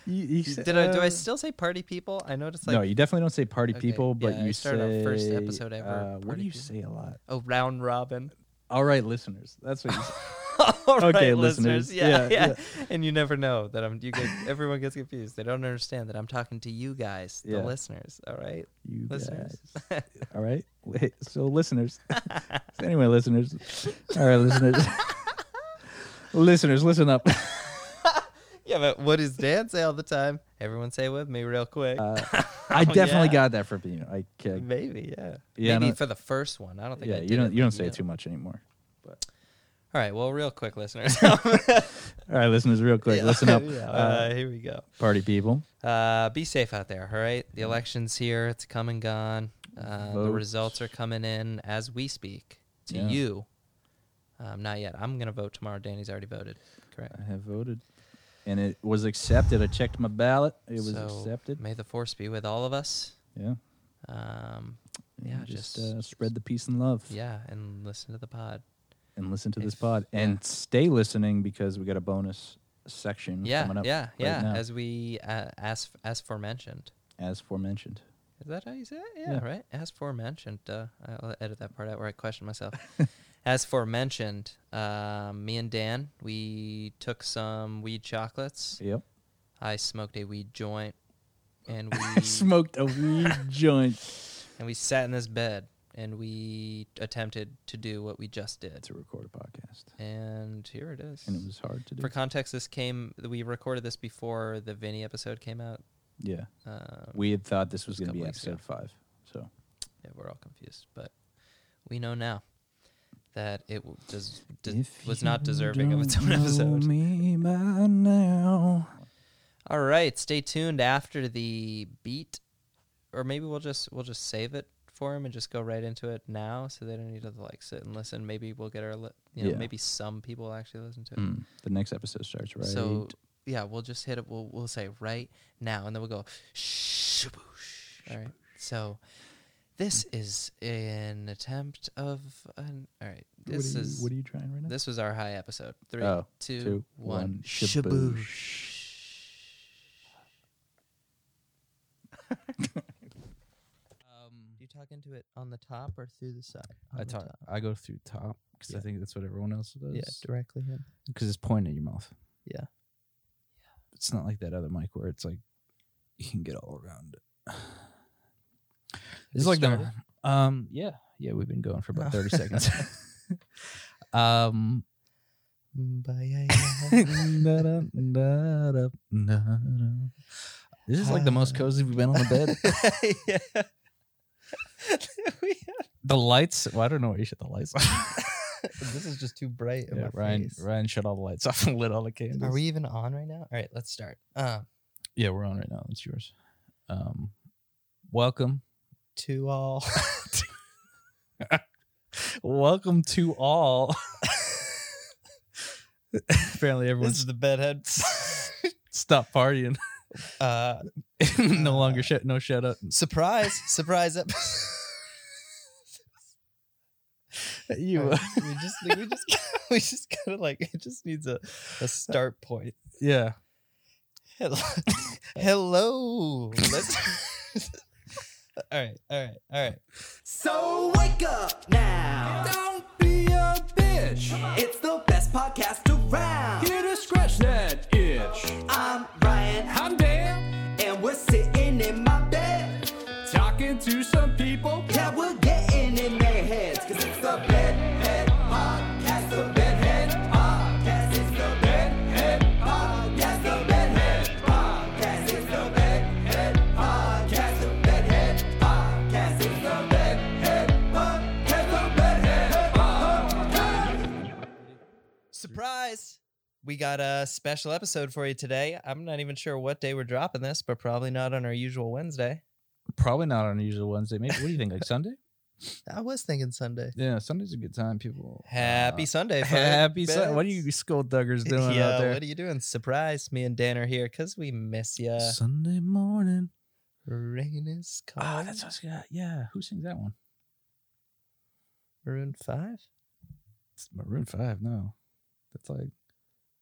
You- you said- Did I do I uh, still say party people? I noticed like no, you definitely don't say party Okay, people, but yeah, I you started say our first episode ever, Uh, what party do you people. say a lot? oh round robin. All right, listeners, that's what you say. All Okay, right, listeners. listeners. Yeah, Yeah, yeah, And you never know that I'm. You get everyone gets confused. They don't understand that I'm talking to you guys, Yeah. the listeners. All right, You listeners. guys. All right, Wait, so listeners. So anyway, listeners. All right, listeners. listeners, listen up. yeah, but what does Dan say all the time? Everyone say it with me real quick. Uh, I definitely Oh, yeah. got that from you. I can't. Maybe, yeah. Yeah, Maybe no- for the first one. I don't think. I Yeah, did you don't. it, You don't but, say it know. too much anymore. But All right. Well, real quick, listeners. all right, listeners, real quick, listen up. Yeah, uh, uh, here we go. party people. Uh, be safe out there. All right. The election's here. It's come and gone. Uh, the Mm. Vote. results are coming in as we speak to Yeah. you. Um, not yet. I'm gonna vote tomorrow. Danny's already voted. Correct. I have voted. and it was accepted. I checked my ballot. It was So, accepted. May the force be with all of us. Yeah. Um, And yeah, Just, just- uh, spread the peace and love. yeah, and listen to the pod. And listen to this If- pod. yeah. And stay listening because we got a bonus section Yeah, coming up. yeah, yeah. now. As we uh, as as forementioned. As forementioned. Is that how you say it? Yeah, Yeah. right. As forementioned, uh, I'll edit that part out where I question myself. As forementioned, um, me and Dan, we took some weed chocolates. Yep. I smoked a weed joint, and I we smoked a weed joint and we sat in this bed and we attempted to do what we just did. to record a podcast, And here it is. and it was hard to do. For context, this came. We recorded this before the Vinny episode came out. yeah, Um, we had thought this was Just a going to be couple weeks ago. episode five. So Yeah, we're all confused, but we know now that it w- does, d- If was not you deserving of its don't own know episode. Me by now. All right, stay tuned after the beat, or maybe we'll just we'll just save it for him and just go right into it now, so they don't need to like sit and listen. Maybe we'll get our li- you know Yeah. maybe some people will actually listen to it. Mm, the next episode starts right. So yeah, we'll just hit it. We'll we'll say right now, and then we'll go. Shaboosh. All right. So this is an attempt of an. All right. what, This are you, is what are you trying right now? this was our high episode. Three, Oh, two, two, one. one. Shaboosh. um, you talk into it on the top or through the side? On I the talk. top. I go through top because Yeah. I think that's what everyone else does. Yeah, directly in. because it's pointing at your mouth. Yeah. It's not like that other mic where it's like you can get all around it. It's we like the started? um yeah yeah we've been going for about thirty seconds. um. Mm, this is like the most cozy we've been on the bed. yeah. We The lights. Well, I don't know why you shut the lights off. this is just too bright. in yeah, my Ryan. face. Ryan shut all the lights off and lit all the candles. Are we even on right now? All right, let's start. Um, Yeah, we're on right now. It's yours. Um, welcome, to all. welcome to all. Apparently, this everyone's is the bedhead. stopped partying. Uh, no longer shut. No shut up. surprise, surprise! Up. You. Alright, we just we just we just kind of like it just needs a, a start point. Yeah. Hello, hello. Let's. all right, all right, all right. So wake up now. Don't be a bitch. It's the best podcast around. Here to scratch that itch. I'm Ryan, I'm Dan, and we're sitting in my bed. talking to some people. Yeah, we're getting in their heads. Cause it's the bedhead podcast. The bedhead podcast. It's the bedhead podcast. The bedhead podcast. It's the bedhead podcast. The bedhead podcast. It's the bedhead podcast. The bedhead podcast. Surprise! We got a special episode for you today. I'm not even sure what day we're dropping this, but probably not on our usual Wednesday. Probably not on a usual Wednesday. Maybe. What do you think? Like Sunday? I was thinking Sunday. Yeah, Sunday's a good time. People. Happy uh, Sunday. Happy Sunday. What are do you skull duggers doing yeah, out there? what are you doing? Surprise! Me and Dan are here because we miss ya. Sunday morning. Rain is Oh, calling. that's what's got. Yeah. Who sings that one? Maroon Five. It's Maroon Five. No, that's like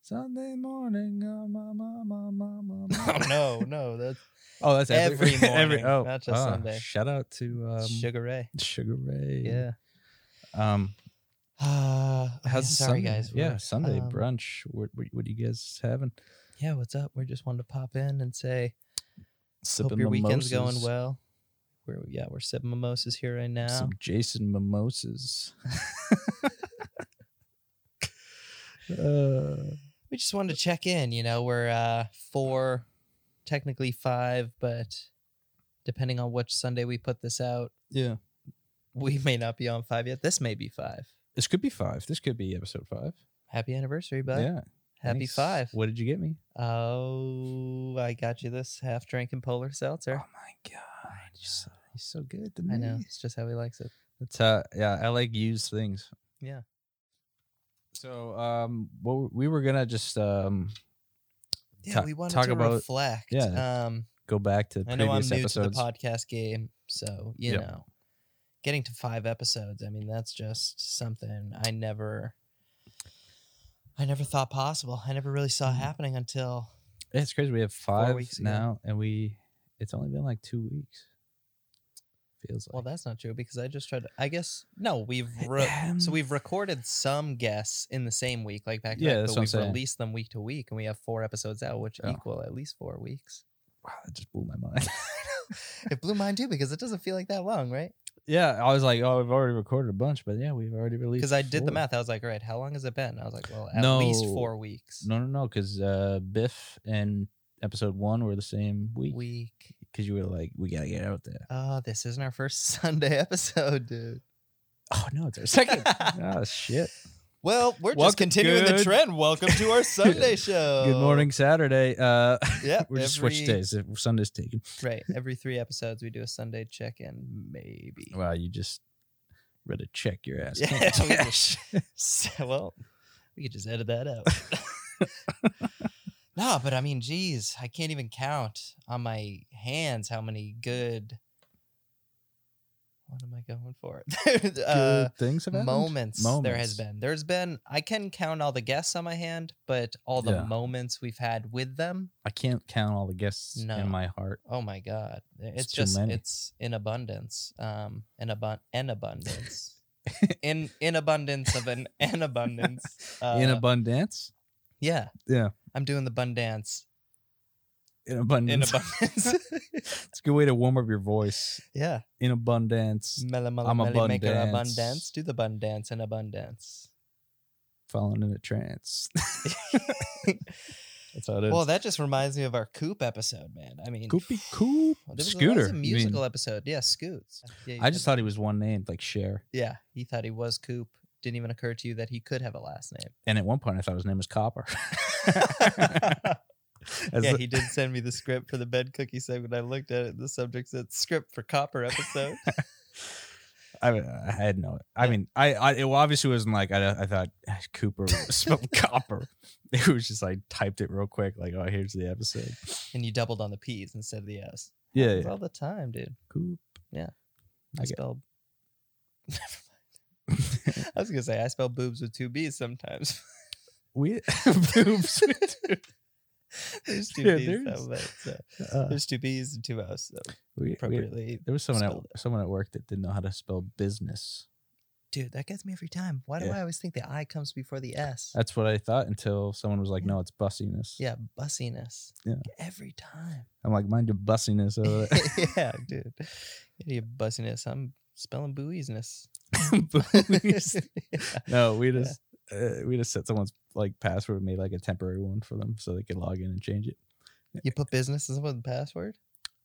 Sunday morning. uh, ma, ma, ma, ma, ma, ma." Oh, no, no, that's oh, that's every, Every morning, oh, not just ah, Sunday. Shout out to um, Sugar, Sugar Ray. Ray. Yeah. Um, Uh, how's the sorry Sunday? guys? Yeah, we're- Sunday um, brunch. What, what, what are you guys having? Yeah, what's up? We just wanted to pop in and say hope Sipping your weekend's going mimosas. well. We're yeah, we're sipping mimosas here right now. Some Jason mimosas. uh, we just wanted to check in. You know, we're uh four, technically five, but depending on which Sunday we put this out, yeah, we may not be on five yet. This may be five. this could be five. This could be episode five. Happy anniversary, bud. yeah, Happy thanks. five. What did you get me? Oh, I got you this half drinking polar seltzer. Oh my god, you're so, you're so good to I know. It's just how he likes it. That's how. Yeah, I like used things. Yeah. So, um, well, we were gonna just um Ta- Yeah, we wanted talk to about- reflect. yeah. Um, Go back to I previous know I'm new to the episodes. podcast game, so you Yep. know, getting to five episodes. I mean, that's just something I never, I never thought possible. I never really Mm-hmm. saw happening until Yeah, it's crazy. We have five weeks ago. now, and we it's only been like two weeks. Feels like. Well, that's not true because I just tried. To, I guess no, we've re- so Um, we've recorded some guests in the same week, like back to Yeah, back, that's but what I'm we've saying. Oh. released them week to week, and we have four episodes out, which Yeah. equal at least four weeks. wow, that just blew my mind. it blew mine too because it doesn't feel like that long, right? yeah, I was like, oh, we've already recorded a bunch, but yeah, we've already released. Because I did the four. math. I was like, all right, how long has it been? I was like, well, at least No. four weeks. No, no, no, because uh, Biff and episode one were the same week. Week. Because you were like, we gotta get out there. Oh, this isn't our first Sunday episode, dude. Oh no, it's our second. Ah, oh shit. Well, we're Welcome- just continuing the good- trend. Welcome to our Sunday show. Good morning, Saturday. Uh, Yeah, we're just switched every- days. Uh, Sunday's taken. Right. Every three episodes, we do a Sunday check in, maybe. Wow, you just read a check your ass. Yeah, we just- so, well, we could just edit that out. no, but I mean, geez, I can't even count on my hands how many good. What am I going for? uh, Good things have happened. moments, there Moments. has been. There's been. I can count all the guests on my hand, but all the Yeah. moments we've had with them. I can't count all the guests No. in my heart. Oh my god, it's, too just many. it's in abundance, um, in abun an abundance, in in abundance of an an abundance, uh, in abundance. yeah, Yeah. I'm doing the bun dance In in abundance. abundance, it's a good way to warm up your voice. yeah, In abundance. mela mela I'm mela make her abundance. abundance, do the bun dance in abundance. Falling in a trance. That's how it is. Well, that just reminds me of our Coop episode, man. I mean, oh, Coopy Coop. there was a- that was Scooter. a you mean. musical episode, yeah, Scoots. Yeah, you I just said- thought he was one named, like Cher. yeah, he thought he was Coop. Didn't even occur to you that he could have a last name. And at one point, I thought his name was Copper. As yeah, the- he did send me the script for the bed cookie segment. I looked at it. The subject said script for copper episode. I, mean, I had no. I mean, I, I it obviously wasn't like I, I thought Cooper spelled copper. It was just like typed it real quick, like oh here's the episode. and you doubled on the P's instead of the S. Yeah, Happens yeah. All the time, dude. Coop. I, Okay. spelled. Never mind. I was gonna say I spell boobs with two B's sometimes. We uh, boobs. boobs. with two- there's two Yeah, B's. though, there's- but, so- Uh, there's two B's and two O's. So we, we, appropriately. there was someone at spelled someone at work that didn't know how to spell business. Dude, that gets me every time. Why do Yeah. I always think the I comes before the S? That's what I thought until someone was like, "No, it's bussiness." yeah, bussiness. Yeah. Every time. I'm like, "Mind your bussiness." uh, over there." yeah, dude. Idiot bussiness. I'm spelling buoysness. Buoys. Yeah. no, we just uh, we just set someone's like password, and made like a temporary one for them so they could log in and change it. You put business as the password?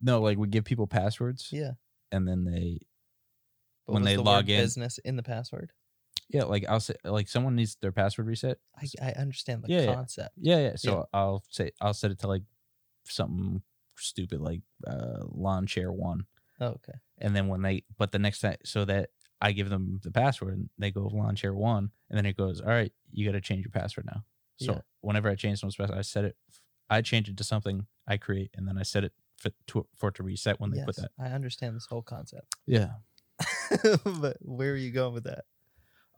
No, like we give people passwords. Yeah. and then they But When was they the log word in. business in the password. yeah like i'll say like someone needs their password reset I, I understand the Yeah, yeah. concept. yeah yeah so i'll say i'll set it to like something stupid like uh lawn chair one Oh, okay. and then when they but the next time so that i give them the password and they go lawn chair one and then it goes all right you got to change your password now so Yeah. whenever i change someone's password i set it i change it to something i create and then i set it for, to, for it to reset when they put Yes, that I understand this whole concept. yeah but where are you going with that?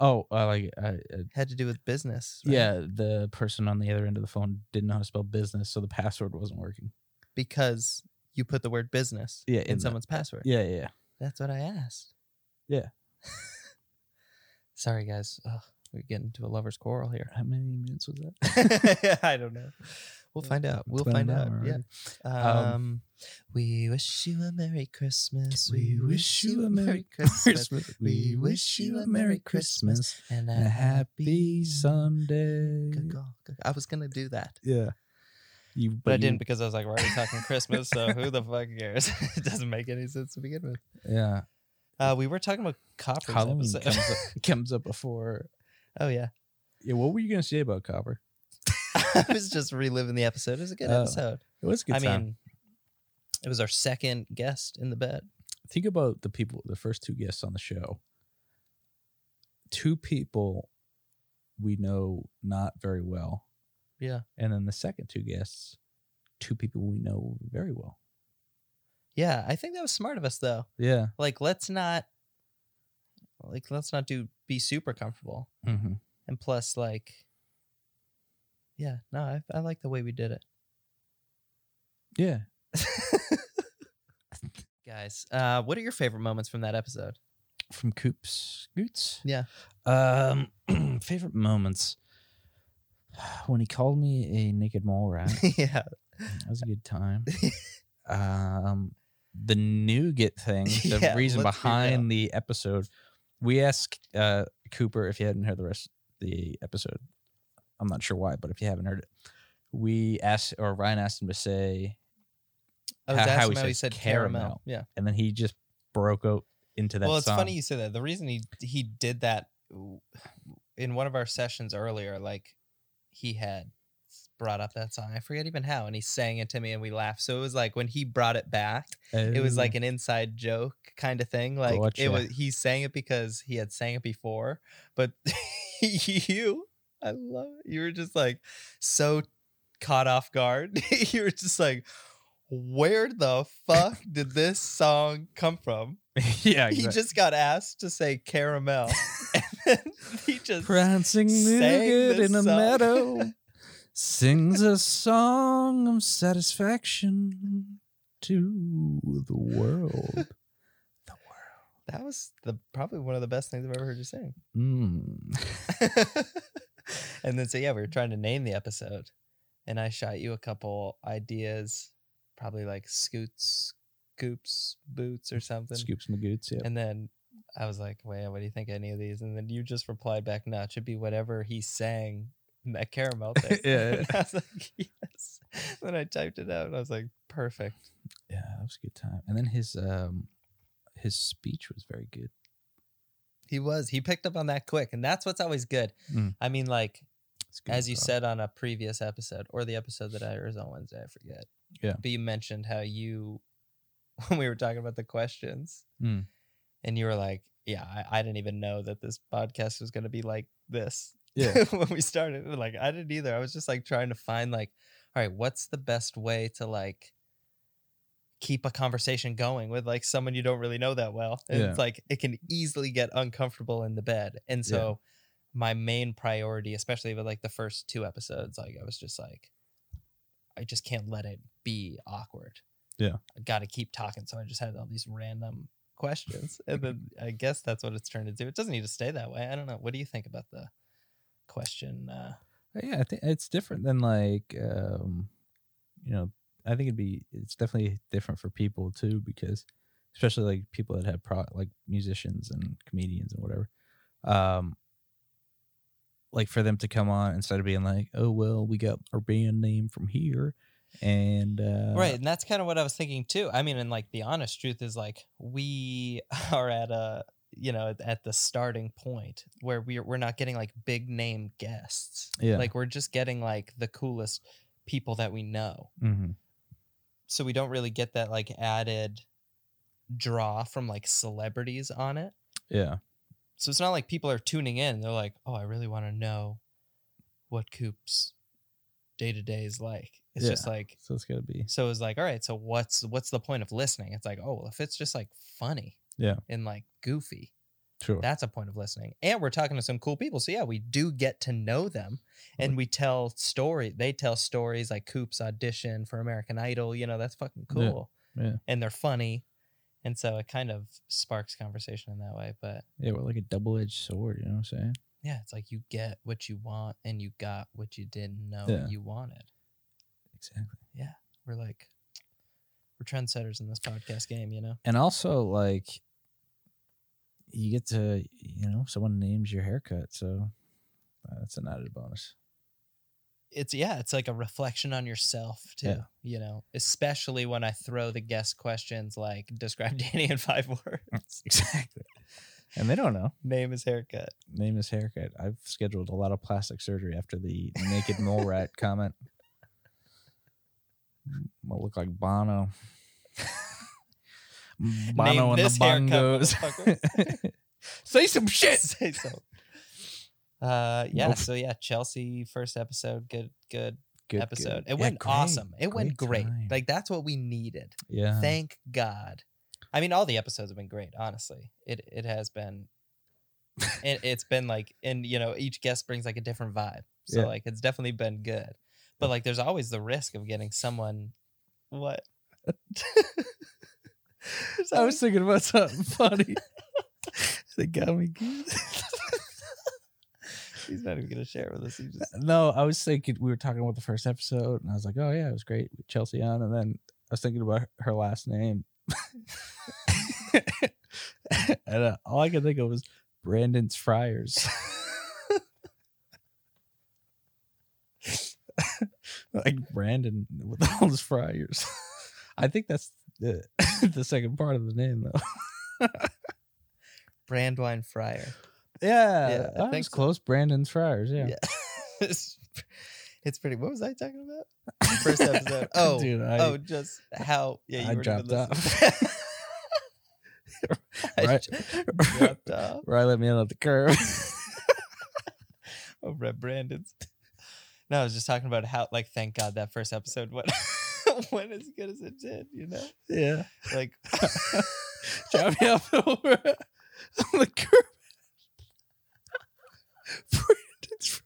oh uh, like I, I Had to do with business. right? Yeah, the person on the other end of the phone didn't know how to spell business, so the password wasn't working. Because you put the word business Yeah, in in the- someone's password. Yeah, yeah. That's what I asked. Yeah. Sorry, guys. Ugh, we're getting to a lover's quarrel here. How many minutes was that? I don't know. We'll Yeah. find out. We'll been find an out. hour Yeah. Um, Um, we wish you a Merry Christmas. We wish you a Merry Christmas. We wish you a Merry Christmas and and a happy Sunday. Cuckoo, cuckoo. I was gonna do that, Yeah. You, but, I you- didn't because I was like, we're already talking Christmas, so who the fuck cares? it doesn't make any sense to begin with. Yeah. Uh, we were talking about Copper's Halloween episode. comes up, comes up before. oh yeah, Yeah, what were you gonna say about copper? I was just reliving the episode. It was a good Oh, episode. It was a good I time. mean, it was our second guest in the bed. Think about the people, the first two guests on the show. Two people we know not very well. Yeah. and then the second two guests two people we know very well. Yeah, I think that was smart of us though. Yeah. Like let's not like let's not do be super comfortable. Mm-hmm. And plus like Yeah, no, I I like the way we did it. Yeah. Guys, uh what are your favorite moments from that episode? From Coops Goots. Yeah. Um, favorite moments. When he called me a naked mole rat. yeah. That was a good time. um, the nougat thing, the Yeah, reason let's do that. behind the episode, we asked uh, Cooper if you hadn't heard the rest of the episode. I'm not sure why, but if you haven't heard it, we asked or Ryan asked him to say, I was How- how asking he how he says said caramel. caramel. Yeah. and then he just broke out into that. well, it's song. funny you say that. The reason he he did that w- in one of our sessions earlier, like he had brought up that song. I forget even how, and he sang it to me, and we laughed. So it was like when he brought it back, it was Oh. like an inside joke kind of thing. Like Gotcha. it was he sang it because he had sang it before, but you, I love it. You were just like so caught off guard. you were just like. Where the fuck did this song come from? yeah, he exact- just got asked to say caramel, and then he just prancing sang nougat this in a song. meadow sings a song of satisfaction to the world. that was the probably one of the best things I've ever heard you sing. Mm. and then so yeah, we were trying to name the episode, and I shot you a couple ideas, probably like scoots, scoops, boots, or something. Scoops Magoots, yeah. And then I was like, wait, what do you think of any of these? And then you just replied back, no, it should be whatever he sang in that caramel thing. Yeah, yeah. And I was like, yes. Then I typed it out and I was like, perfect. yeah, that was a good time. And then his um his speech was very good. He was. He picked up on that quick. And that's what's always good. Mm. I mean, like, It's good as you thought. said on a previous episode or the episode that I airs on Wednesday, I forget. Yeah. But you mentioned how you, when we were talking about the questions, Mm. and you were like, yeah, I, I didn't even know that this podcast was going to be like this. Yeah. when we started, like, I didn't either. I was just like trying to find, like, all right, what's the best way to, like, keep a conversation going with like someone you don't really know that well and Yeah. it's like it can easily get uncomfortable in the bed and Yeah. so my main priority, especially with like the first two episodes, like I was just like, I just can't let it be awkward. Yeah. I gotta keep talking. So I just had all these random questions. and then I guess that's what it's turned into. It doesn't need to stay that way. I don't know. What do you think about the question? Uh Yeah, I think it's different than like um you know, I think it'd be it's definitely different for people too because especially like people that have pro like musicians and comedians and whatever. Um like for them to come on instead of being like, "Oh well, we got our band name from here." And uh right and that's kind of what i was thinking too i mean and like the honest truth is like we are at a you know at- at the starting point where we're, we're not getting like big name guests Yeah. like we're just getting like the coolest people that we know mhm. so we don't really get that like added draw from like celebrities on it Yeah. so it's not like people are tuning in they're like oh i really want to know what coop's day-to-day is like it's Yeah. just like So it's gotta be. so it was like, all right, so what's what's the point of listening? It's like, oh, well, if it's just like funny, Yeah. and like goofy, Sure. that's a point of listening. And we're talking to some cool people, so yeah, we do get to know them, and we tell story. They tell stories like Coop's audition for American Idol. You know, that's fucking Yeah, cool. yeah. and they're funny, and so it kind of sparks conversation in that way. But yeah, we're like a double edged sword, you know what I'm saying? yeah, it's like you get what you want, and you got what you didn't know Yeah. you wanted. Exactly. We're like, we're trendsetters in this podcast game, you know. And also like you get to you know, someone names your haircut, so that's an added bonus. it's yeah, it's like a reflection on yourself too. Yeah. You know, especially when I throw the guest questions like describe Danny in five words. Exactly. and they don't know. Name his haircut. Name his haircut. I've scheduled a lot of plastic surgery after the naked mole rat comment. I look like Bono. Bono Name and the this haircut, bongos. Say some shit. Say so. Uh yeah, so yeah, Chelsea first episode, good good good episode. good. It Yeah, went great, awesome. It went great. time. Like that's what we needed. yeah. Thank God. I mean, all the episodes have been great. Honestly, it it has been. it, it's been like, and you know, each guest brings like a different vibe. So Yeah. like, it's definitely been good. But like, there's always the risk of getting someone. What? There's I was always- thinking about something funny. they got me good. He's not even gonna share it with us. He just no, I was thinking we were talking about the first episode, and I was like, "Oh yeah, it was great with Chelsea on." And then I was thinking about her- her last name, and uh, all I could think of was Brandon's Friars. like Brandon with all his fryers. I think that's the the second part of the name though. Brandwine Fryer. Yeah, I I think was so. close. Brandon's Friars. Yeah. Yeah. it's, it's pretty. What was I talking about? First episode. Oh, Dude, I- oh, just how. Yeah, you I weren't even dropped listening. I Right. j- dropped off. Right, let me in at the curb. Over at Brandon's. No, I was just talking about how, like, thank God that first episode went went as good as it did. You know, yeah. like Drop me off over on the curb. Brandon's Friars.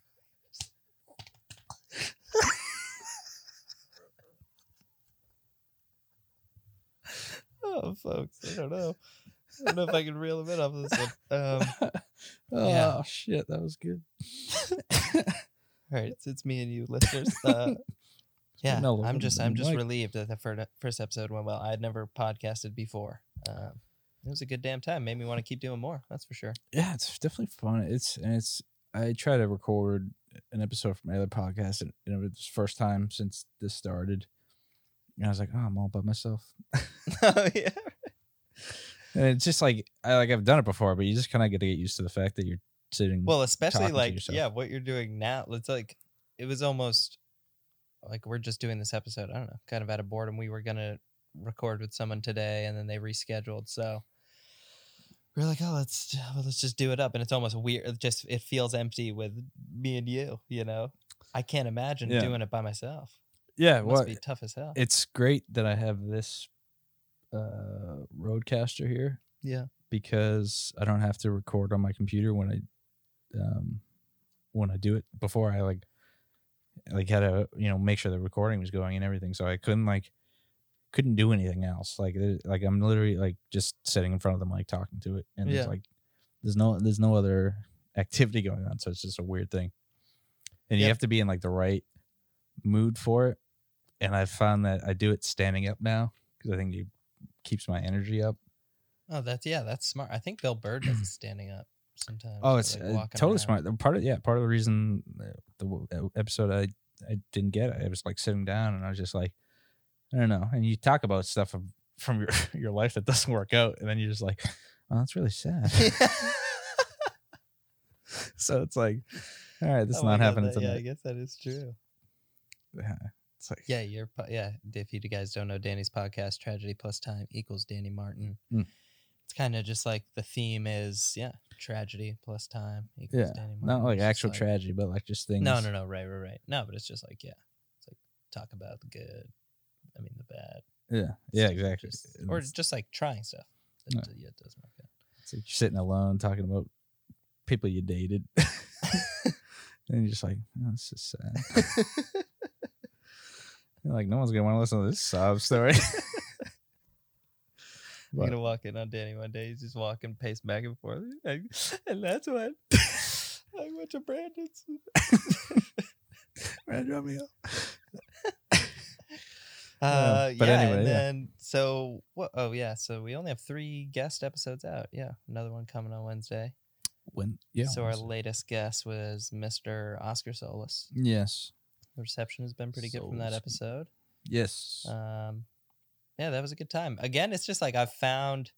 oh, folks, I don't know. I don't know if I can reel them in off of this one. Um, Oh Yeah. shit, that was good. all right, it's, it's me and you, listeners. Uh, yeah, Mellow I'm and- just I'm and just Mike. relieved that the fir- first episode went well. I had never podcasted before. Um, it was a good damn time. Made me want to keep doing more. That's for sure. Yeah, it's definitely fun. It's and it's I try to record an episode from my other podcast and, and it was the first time since this started. And I was like, oh, I'm all by myself. oh yeah. And it's just like I like I've done it before, but you just kinda get to get used to the fact that you're sitting Well, especially talking to like yourself. yeah, what you're doing now. It's like it was almost like we're just doing this episode. I don't know, kind of out of boredom. We were gonna record with someone today, and then they rescheduled. So we're like, oh, let's well, let's just do it up. And it's almost weird. It just it feels empty with me and you. You know, I can't imagine Yeah. doing it by myself. yeah, It well, must be tough as hell. it's great that I have this uh roadcaster here yeah. because I don't have to record on my computer when I um when I do it before I like like had to you know make sure the recording was going and everything so I couldn't like couldn't do anything else like it- like I'm literally like just sitting in front of the mic talking to it and Yeah. it's like there's no there's no other activity going on so it's just a weird thing and you Yep. have to be in like the right mood for it and I found that I do it standing up now because I think it keeps my energy up Oh, that's yeah, that's smart. I think Bill Bird does it standing up sometimes. Oh, or, it's like, uh, walking totally around. smart. The Part of yeah, part of the reason uh, the w- uh, episode I I didn't get it. I was like sitting down and I was just like, I don't know. And you talk about stuff from, from your your life that doesn't work out, and then you're just like, oh, that's really sad. so it's like, all right, this Oh is my not God, happening that- Yeah, I tonight. guess that is true. Yeah, it's like Yeah, your po- yeah. If you guys don't know Danny's podcast, tragedy plus time equals Danny Martin. Mm. It's kind of just like the theme is yeah, tragedy plus time equals Yeah, Danny Martin. not like It's just actual tragedy, but like just things. No, no, no. Right, right, right. No, but it's just like yeah, it's like talk about the good. I mean the bad. Yeah, yeah, stuff, exactly. just- And or it's- just like trying stuff. Yeah. That, d- yeah, it doesn't work out. It's like you're sitting alone talking about people you dated. and you're just like, oh, this is sad. You're like, no one's going to want to listen to this sob story. I'm But- gonna walk in on Danny one day. He's just walking, pacing back and forth, like, and that's when I went to Brandon's. Uh, but yeah, anyway, and yeah. then so what? Oh yeah, so we only have three guest episodes out. Yeah, another one coming on Wednesday. when, yeah. so our honestly. latest guest was Mr. Oscar Solis. yes. The reception has been pretty good from that Solis. episode. Yes. Um, yeah, that was a good time. Again, it's just like I've found.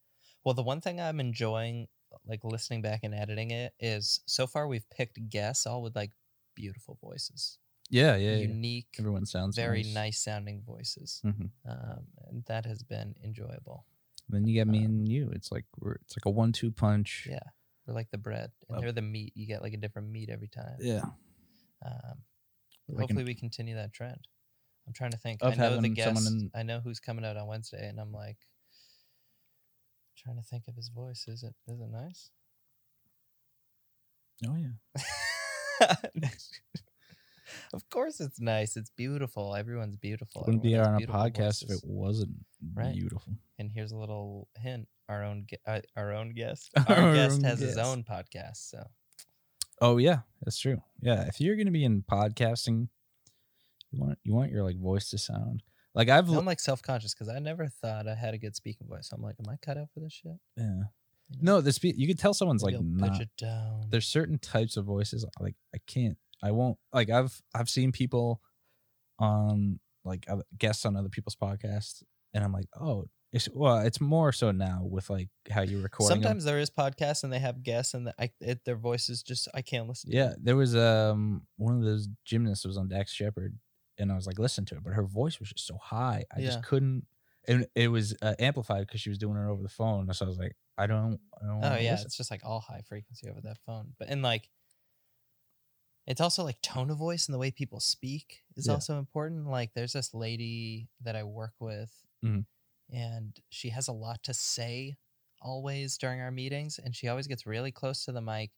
Well, the one thing I'm enjoying, like listening back and editing it, is so far we've picked guests all with like beautiful voices, yeah, yeah, yeah. unique, Everyone sounds very nice. nice. sounding voices, Mhm. um, and that has been enjoyable. Then you got me Uh, and you. It's like we're it's like a one-two punch. Yeah, we're like the bread, and Well- they're the meat. You get like a different meat every time. Yeah. Um, like Hopefully, an, we continue that trend. I'm trying to think. Of I know the having someone guest. in- I know who's coming out on Wednesday, and I'm like trying to think of his voice. Is it is it nice? oh yeah. of course, it's nice. It's beautiful. Everyone's beautiful. Wouldn't be on Everyone has a beautiful podcast if voices. it wasn't Right. beautiful. And here's a little hint: our own, gue- uh, our own guest, Our our, guest own has his guest. own podcast. So Oh yeah, that's true. Yeah, if you're gonna be in podcasting, you want you want your like voice to sound like I've Now l- I'm like self-conscious because I never thought I had a good speaking voice. I'm like, am I cut out for this shit? yeah. No, the spe- you could tell someone's Maybe like I'll not pitch it down. there's certain types of voices like I can't I won't like I've I've seen people on like other- guests on other people's podcasts and I'm like oh it's well it's more so now with like how you record Sometimes there is podcasts and they have guests and the, I, it, their voices just I can't listen. to yeah it. there was um one of those gymnasts was on Dax Shepard and I was like listen to it but her voice was just so high I Yeah. just couldn't and it was uh, amplified because she was doing it over the phone so I was like I don't I don't Oh wanna yeah, listen. it's just like all high frequency over that phone. But and like, it's also like tone of voice and the way people speak is Yeah. also important. Like, there's this lady that I work with, Mhm. and she has a lot to say always during our meetings, and she always gets really close to the mic.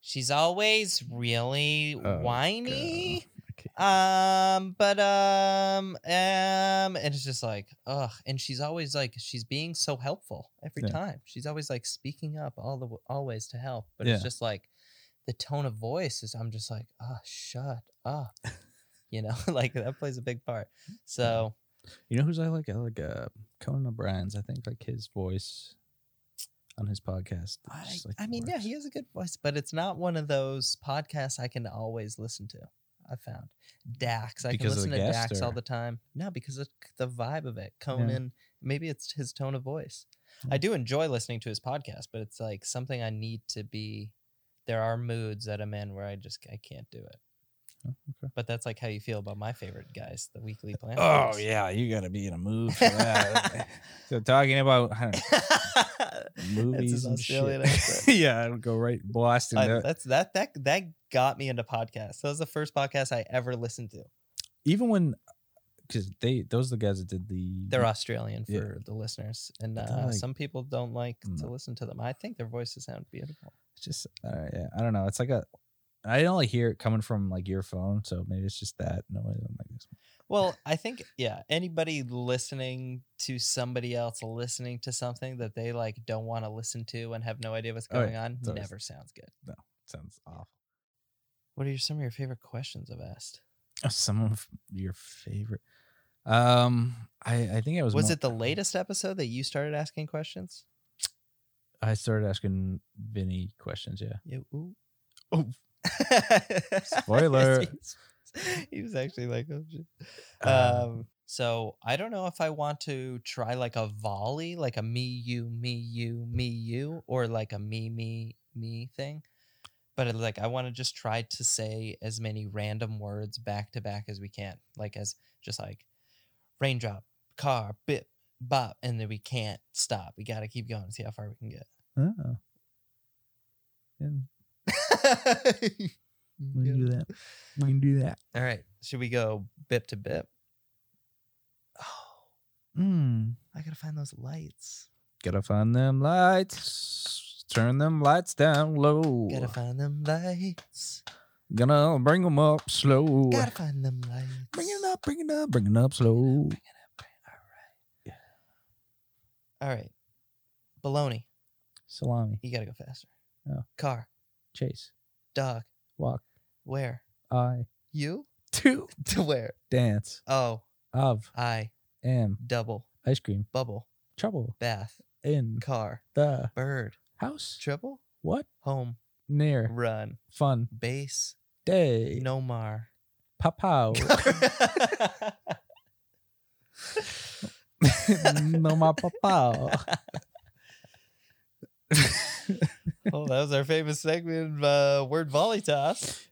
She's always really Oh, whiny. Okay. um but um um and it's just like ugh and she's always like she's being so helpful every Yeah. time she's always like speaking up all the w- always to help but Yeah. it's just like the tone of voice is i'm just like ah shut up you know like that plays a big part Mm-hmm. so You know who's I like? I like uh, Conan O'Brien's. I think like his voice on his podcast. it I, just, like, I mean yeah works. he has a good voice but it's not one of those podcasts i can always listen to i found dax i Because of the can listen to guest, dax all or- the time no because of the vibe of it conan maybe it's his tone of voice i Yeah. do enjoy listening to his podcast but it's like something i need to be there are moods that i'm in where i just i can't do it Oh, okay. but that's like how you feel about my favorite guys the weekly plan Oh yeah, you gotta be in a mood for that. so talking about I don't know, movies his and Australian shit. accent. yeah, it'll go right blasting. I- there. that's that that that got me into podcasts. That was the first podcast I ever listened to. Even when because they those are the guys that did the They're Australian for Yeah. the listeners, and But they're uh, like- some people don't like to Mm. listen to them. I think their voices sound beautiful. it's just uh, yeah. I don't know. It's like a I don't like hear it coming from like your phone, so maybe it's just that noise. I'm like, this- Well, I think yeah, anybody listening to somebody else listening to something that they like don't want to listen to and have no idea what's Oh, yeah, going on it's always- never sounds good. sounds awful. What are your, some of your favorite questions I've asked? Oh, Some of your favorite. Um, I I think it was Was more- it the latest episode that you started asking questions? I started asking Vinny questions. Yeah. Yeah. Ooh. Oh. Spoiler. Spoiler. he was actually like, oh shit. Uh, Um, so I don't know if I want to try like a volley, like a me, you, me, you, me, you, or like a me, me, me thing. But it- like, I want to just try to say as many random words back to back as we can, like as just like raindrop, car, bip, bop, and then we can't stop. We got to keep going, see how far we can get. oh. Yeah, we Yeah. can do that. We can do that. All right. Should we go bip to bip? Oh, Mm. I gotta find those lights. Gotta find them lights. Turn them lights down low. Gotta find them lights. Gonna bring them up slow. Gotta find them lights. Bring it up, bring it up, bring it up slow. All right. Baloney. Salami, You gotta go faster. Oh. Car. chase, Dog. walk, Where? I, You? two, To where? dance, Oh. of, I. am, Double. ice cream, Bubble. trouble, Bath. in, Car. the, Bird. house, Triple. what, Home. near, Run. fun, Base. day, Nomar. pow no my papa. well, that was our famous segment, uh, word volley toss.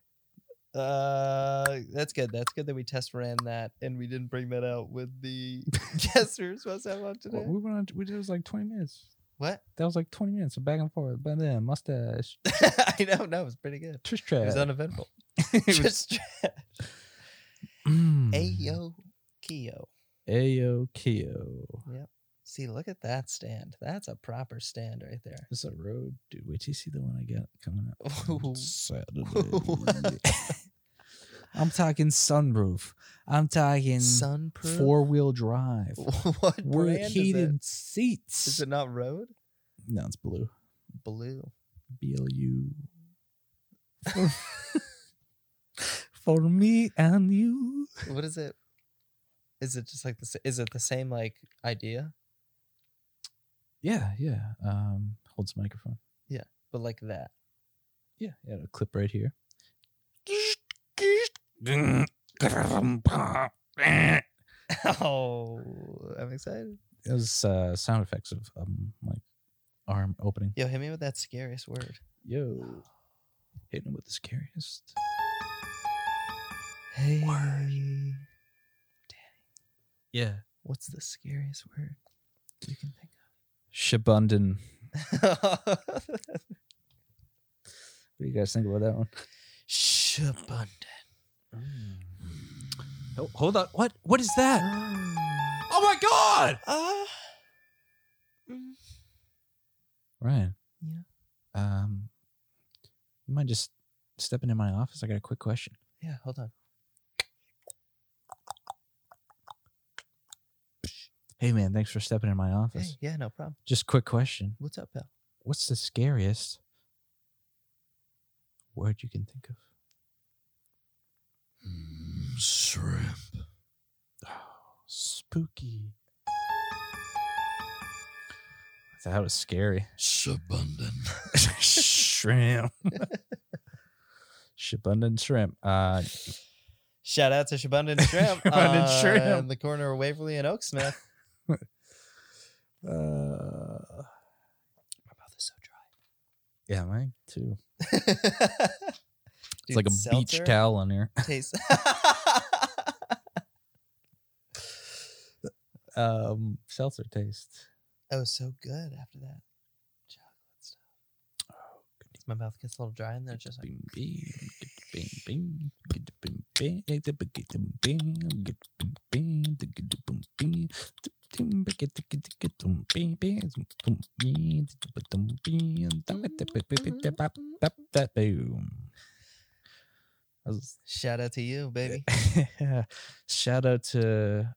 Uh, that's good. That's good that we test ran that and we didn't bring that out with the guests we were supposed to have on today. we went on. We did it was like twenty minutes. What? That was like twenty minutes of back and forth. But then mustache, I don't know. It was pretty good. Trish It trash. was uneventful. was- Just trash. Ayo, Kyo. Ayo Kyo. See, look at that stand. That's a proper stand right there. Is a road, dude. Wait till you see the one I got coming up Ooh. on Saturday. I'm talking sunroof. I'm talking Sunproof. four wheel drive. what We're brand heated is it? Is seats. it not road? no, it's blue. Blue. B L U. For me and you. What is it? Is it just like the? s- Is it the same like idea, Yeah, yeah. Um, holds the microphone. but like that? Yeah, yeah. A clip right here. Oh, I'm excited. It was uh, sound effects of um, like arm opening. Yo, hit me with that scariest word. Yo, hitting him with the scariest. Hey, Yeah, what's the scariest word you can think Shabundan. of? What do you guys think about that one? Shabundant. Oh, hold on. What? What is that? Oh my God! Ah. Ryan. Yeah? Um, you mind just stepping in my office? I got a quick question. yeah, hold on. Hey man, thanks for stepping in my Hey, office. yeah, no problem. Just quick question. What's up, pal? What's the scariest word you can think of? Shrimp. Spooky. That was scary. Shabundant. shrimp. Shabundan shrimp. Uh, Shout out to Shabundant Shrimp. Shabundant uh, Shrimp. In the corner of Waverly and Oaksmith. uh, My mouth is so yeah, mine too. dry. It's like a beach town. towel on here. taste. Um, seltzer taste. oh, so good after that. Chocolate stuff. Oh, My mouth gets a little dry and then it's just like, Bing, bing, bing, bing, bing, bing, bing, bing, bing, bing, bing, bing, bing, Boom. That was- shout out to you, baby. Shout out to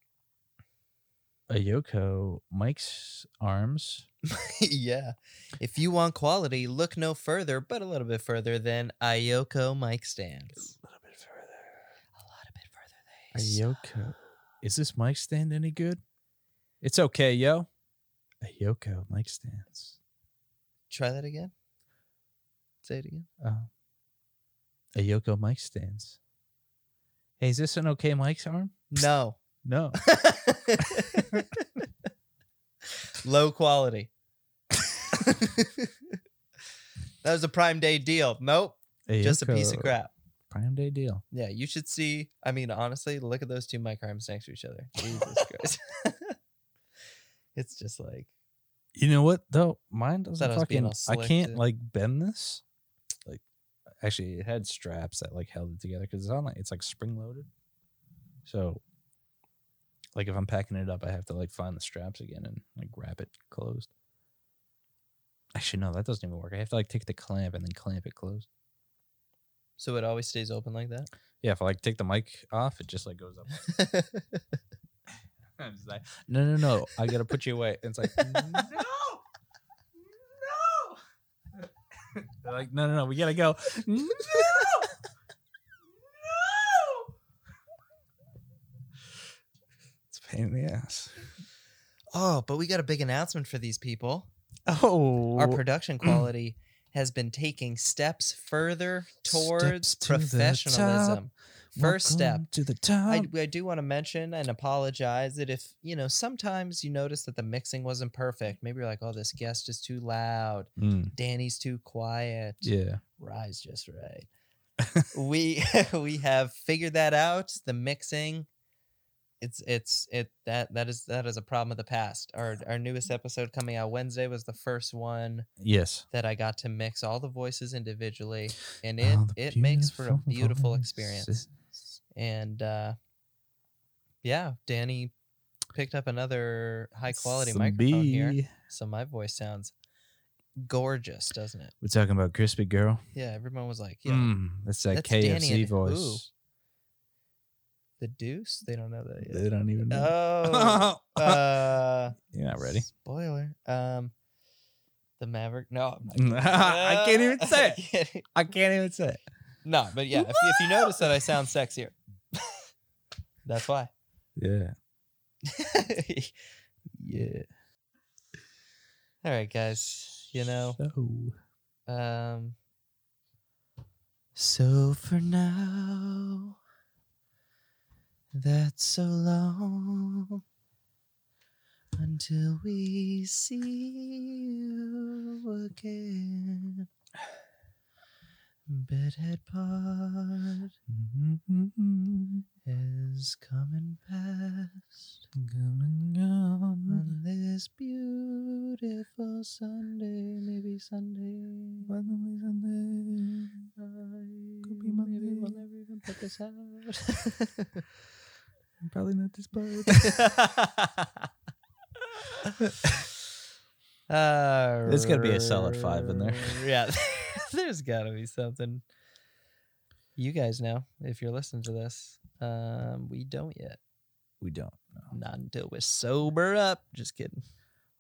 Ayoko, Mike's arms. yeah. If you want quality, look no further, but a little bit further than Ayoko mic stands. little bit further. A lot a bit further. They Ayoko. Is this mic stand any good? It's okay, yo. Ayoko mic stands. Try that again. Say it again. Oh. Ayoko mic stands. Hey, is this an okay mic's arm? No. No. Low quality. that was a prime day deal. Nope. Just a piece of Ayoko, crap. Prime day deal. Yeah, you should see. I mean, honestly, look at those two mic arms next to each other. Jesus Christ. it's just like, You know what though? Mine Thought I doesn't was being fucking. all I slick, can't dude. like bend this. Like, actually, it had straps that like held it together because it's on like it's like spring loaded. So, like if I'm packing it up, I have to like find the straps again and like wrap it closed. Actually, no, that doesn't even work. I have to like take the clamp and then clamp it closed. so it always stays open like that. Yeah, if I like take the mic off, it just like goes up. I'm just like, no, no, no, I gotta put you away. And it's like, no, no. They're like, no, no, no, we gotta go. No, no. It's a pain in the ass. oh, but we got a big announcement for these people. Oh, Our production quality has been taking steps further towards Steps to the professionalism. First step, to the top. I, I do want to mention and apologize that if you know sometimes you notice that the mixing wasn't perfect maybe you're like oh this guest is too loud Mm, danny's too quiet yeah, rise just right we we have figured that out the mixing it's it's it that that is that is a problem of the past our our Mm-hmm. newest episode coming out wednesday was the first one yes. that i got to mix all the voices individually and it All Oh, the it makes for a beautiful beautiful voices. experience and uh yeah, Danny picked up another high quality Some microphone here. bee. So my voice sounds gorgeous, doesn't it? We're talking about crispy girl. Yeah, everyone was like, yeah, Mm, that's that That's Danny KFC and- voice. ooh. the deuce. They don't know that yet. They don't even know. Oh, uh, You're not ready. Spoiler. Um, the Maverick. No, I'm not- I can't even Uh, say I it. can't e- I can't even say it. No, but yeah, if, if you notice that I sound sexier, that's why. Yeah. yeah. All right, guys. You know, So, Um. So for now, that's so long until we see you again. Bedhead Pod is coming past on this beautiful Sunday, maybe Sunday. Could be Monday. Maybe we'll never even put this out. probably not this part. There's gotta be a solid five in there. Yeah, there's gotta be something. You guys know if you're listening to this. Um, we don't yet. We don't. Not until we're sober up. Just kidding.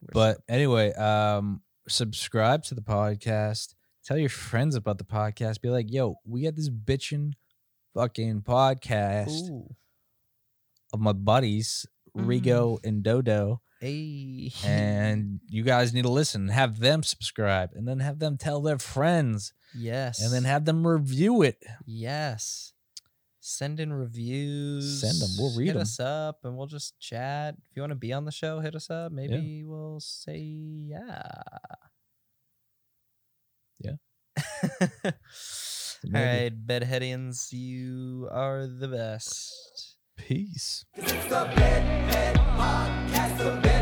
We're But anyway, um, subscribe to the podcast. Tell your friends about the podcast. Be like, yo, we got this bitchin' fucking sober. podcast Ooh, of my buddies, Rigo and Dodo. hey. And you guys need to listen. Have them subscribe and then have them tell their friends yes, and then have them review it. Yes. Send in reviews. 'em, we'll read Hit 'em. us up and we'll just chat. If you want to be on the show, hit us up. Maybe we'll say yeah. Yeah. All Maybe. right, bedheadians, you are the best. Peace. It's the Bedhead Podcast, the Bedhead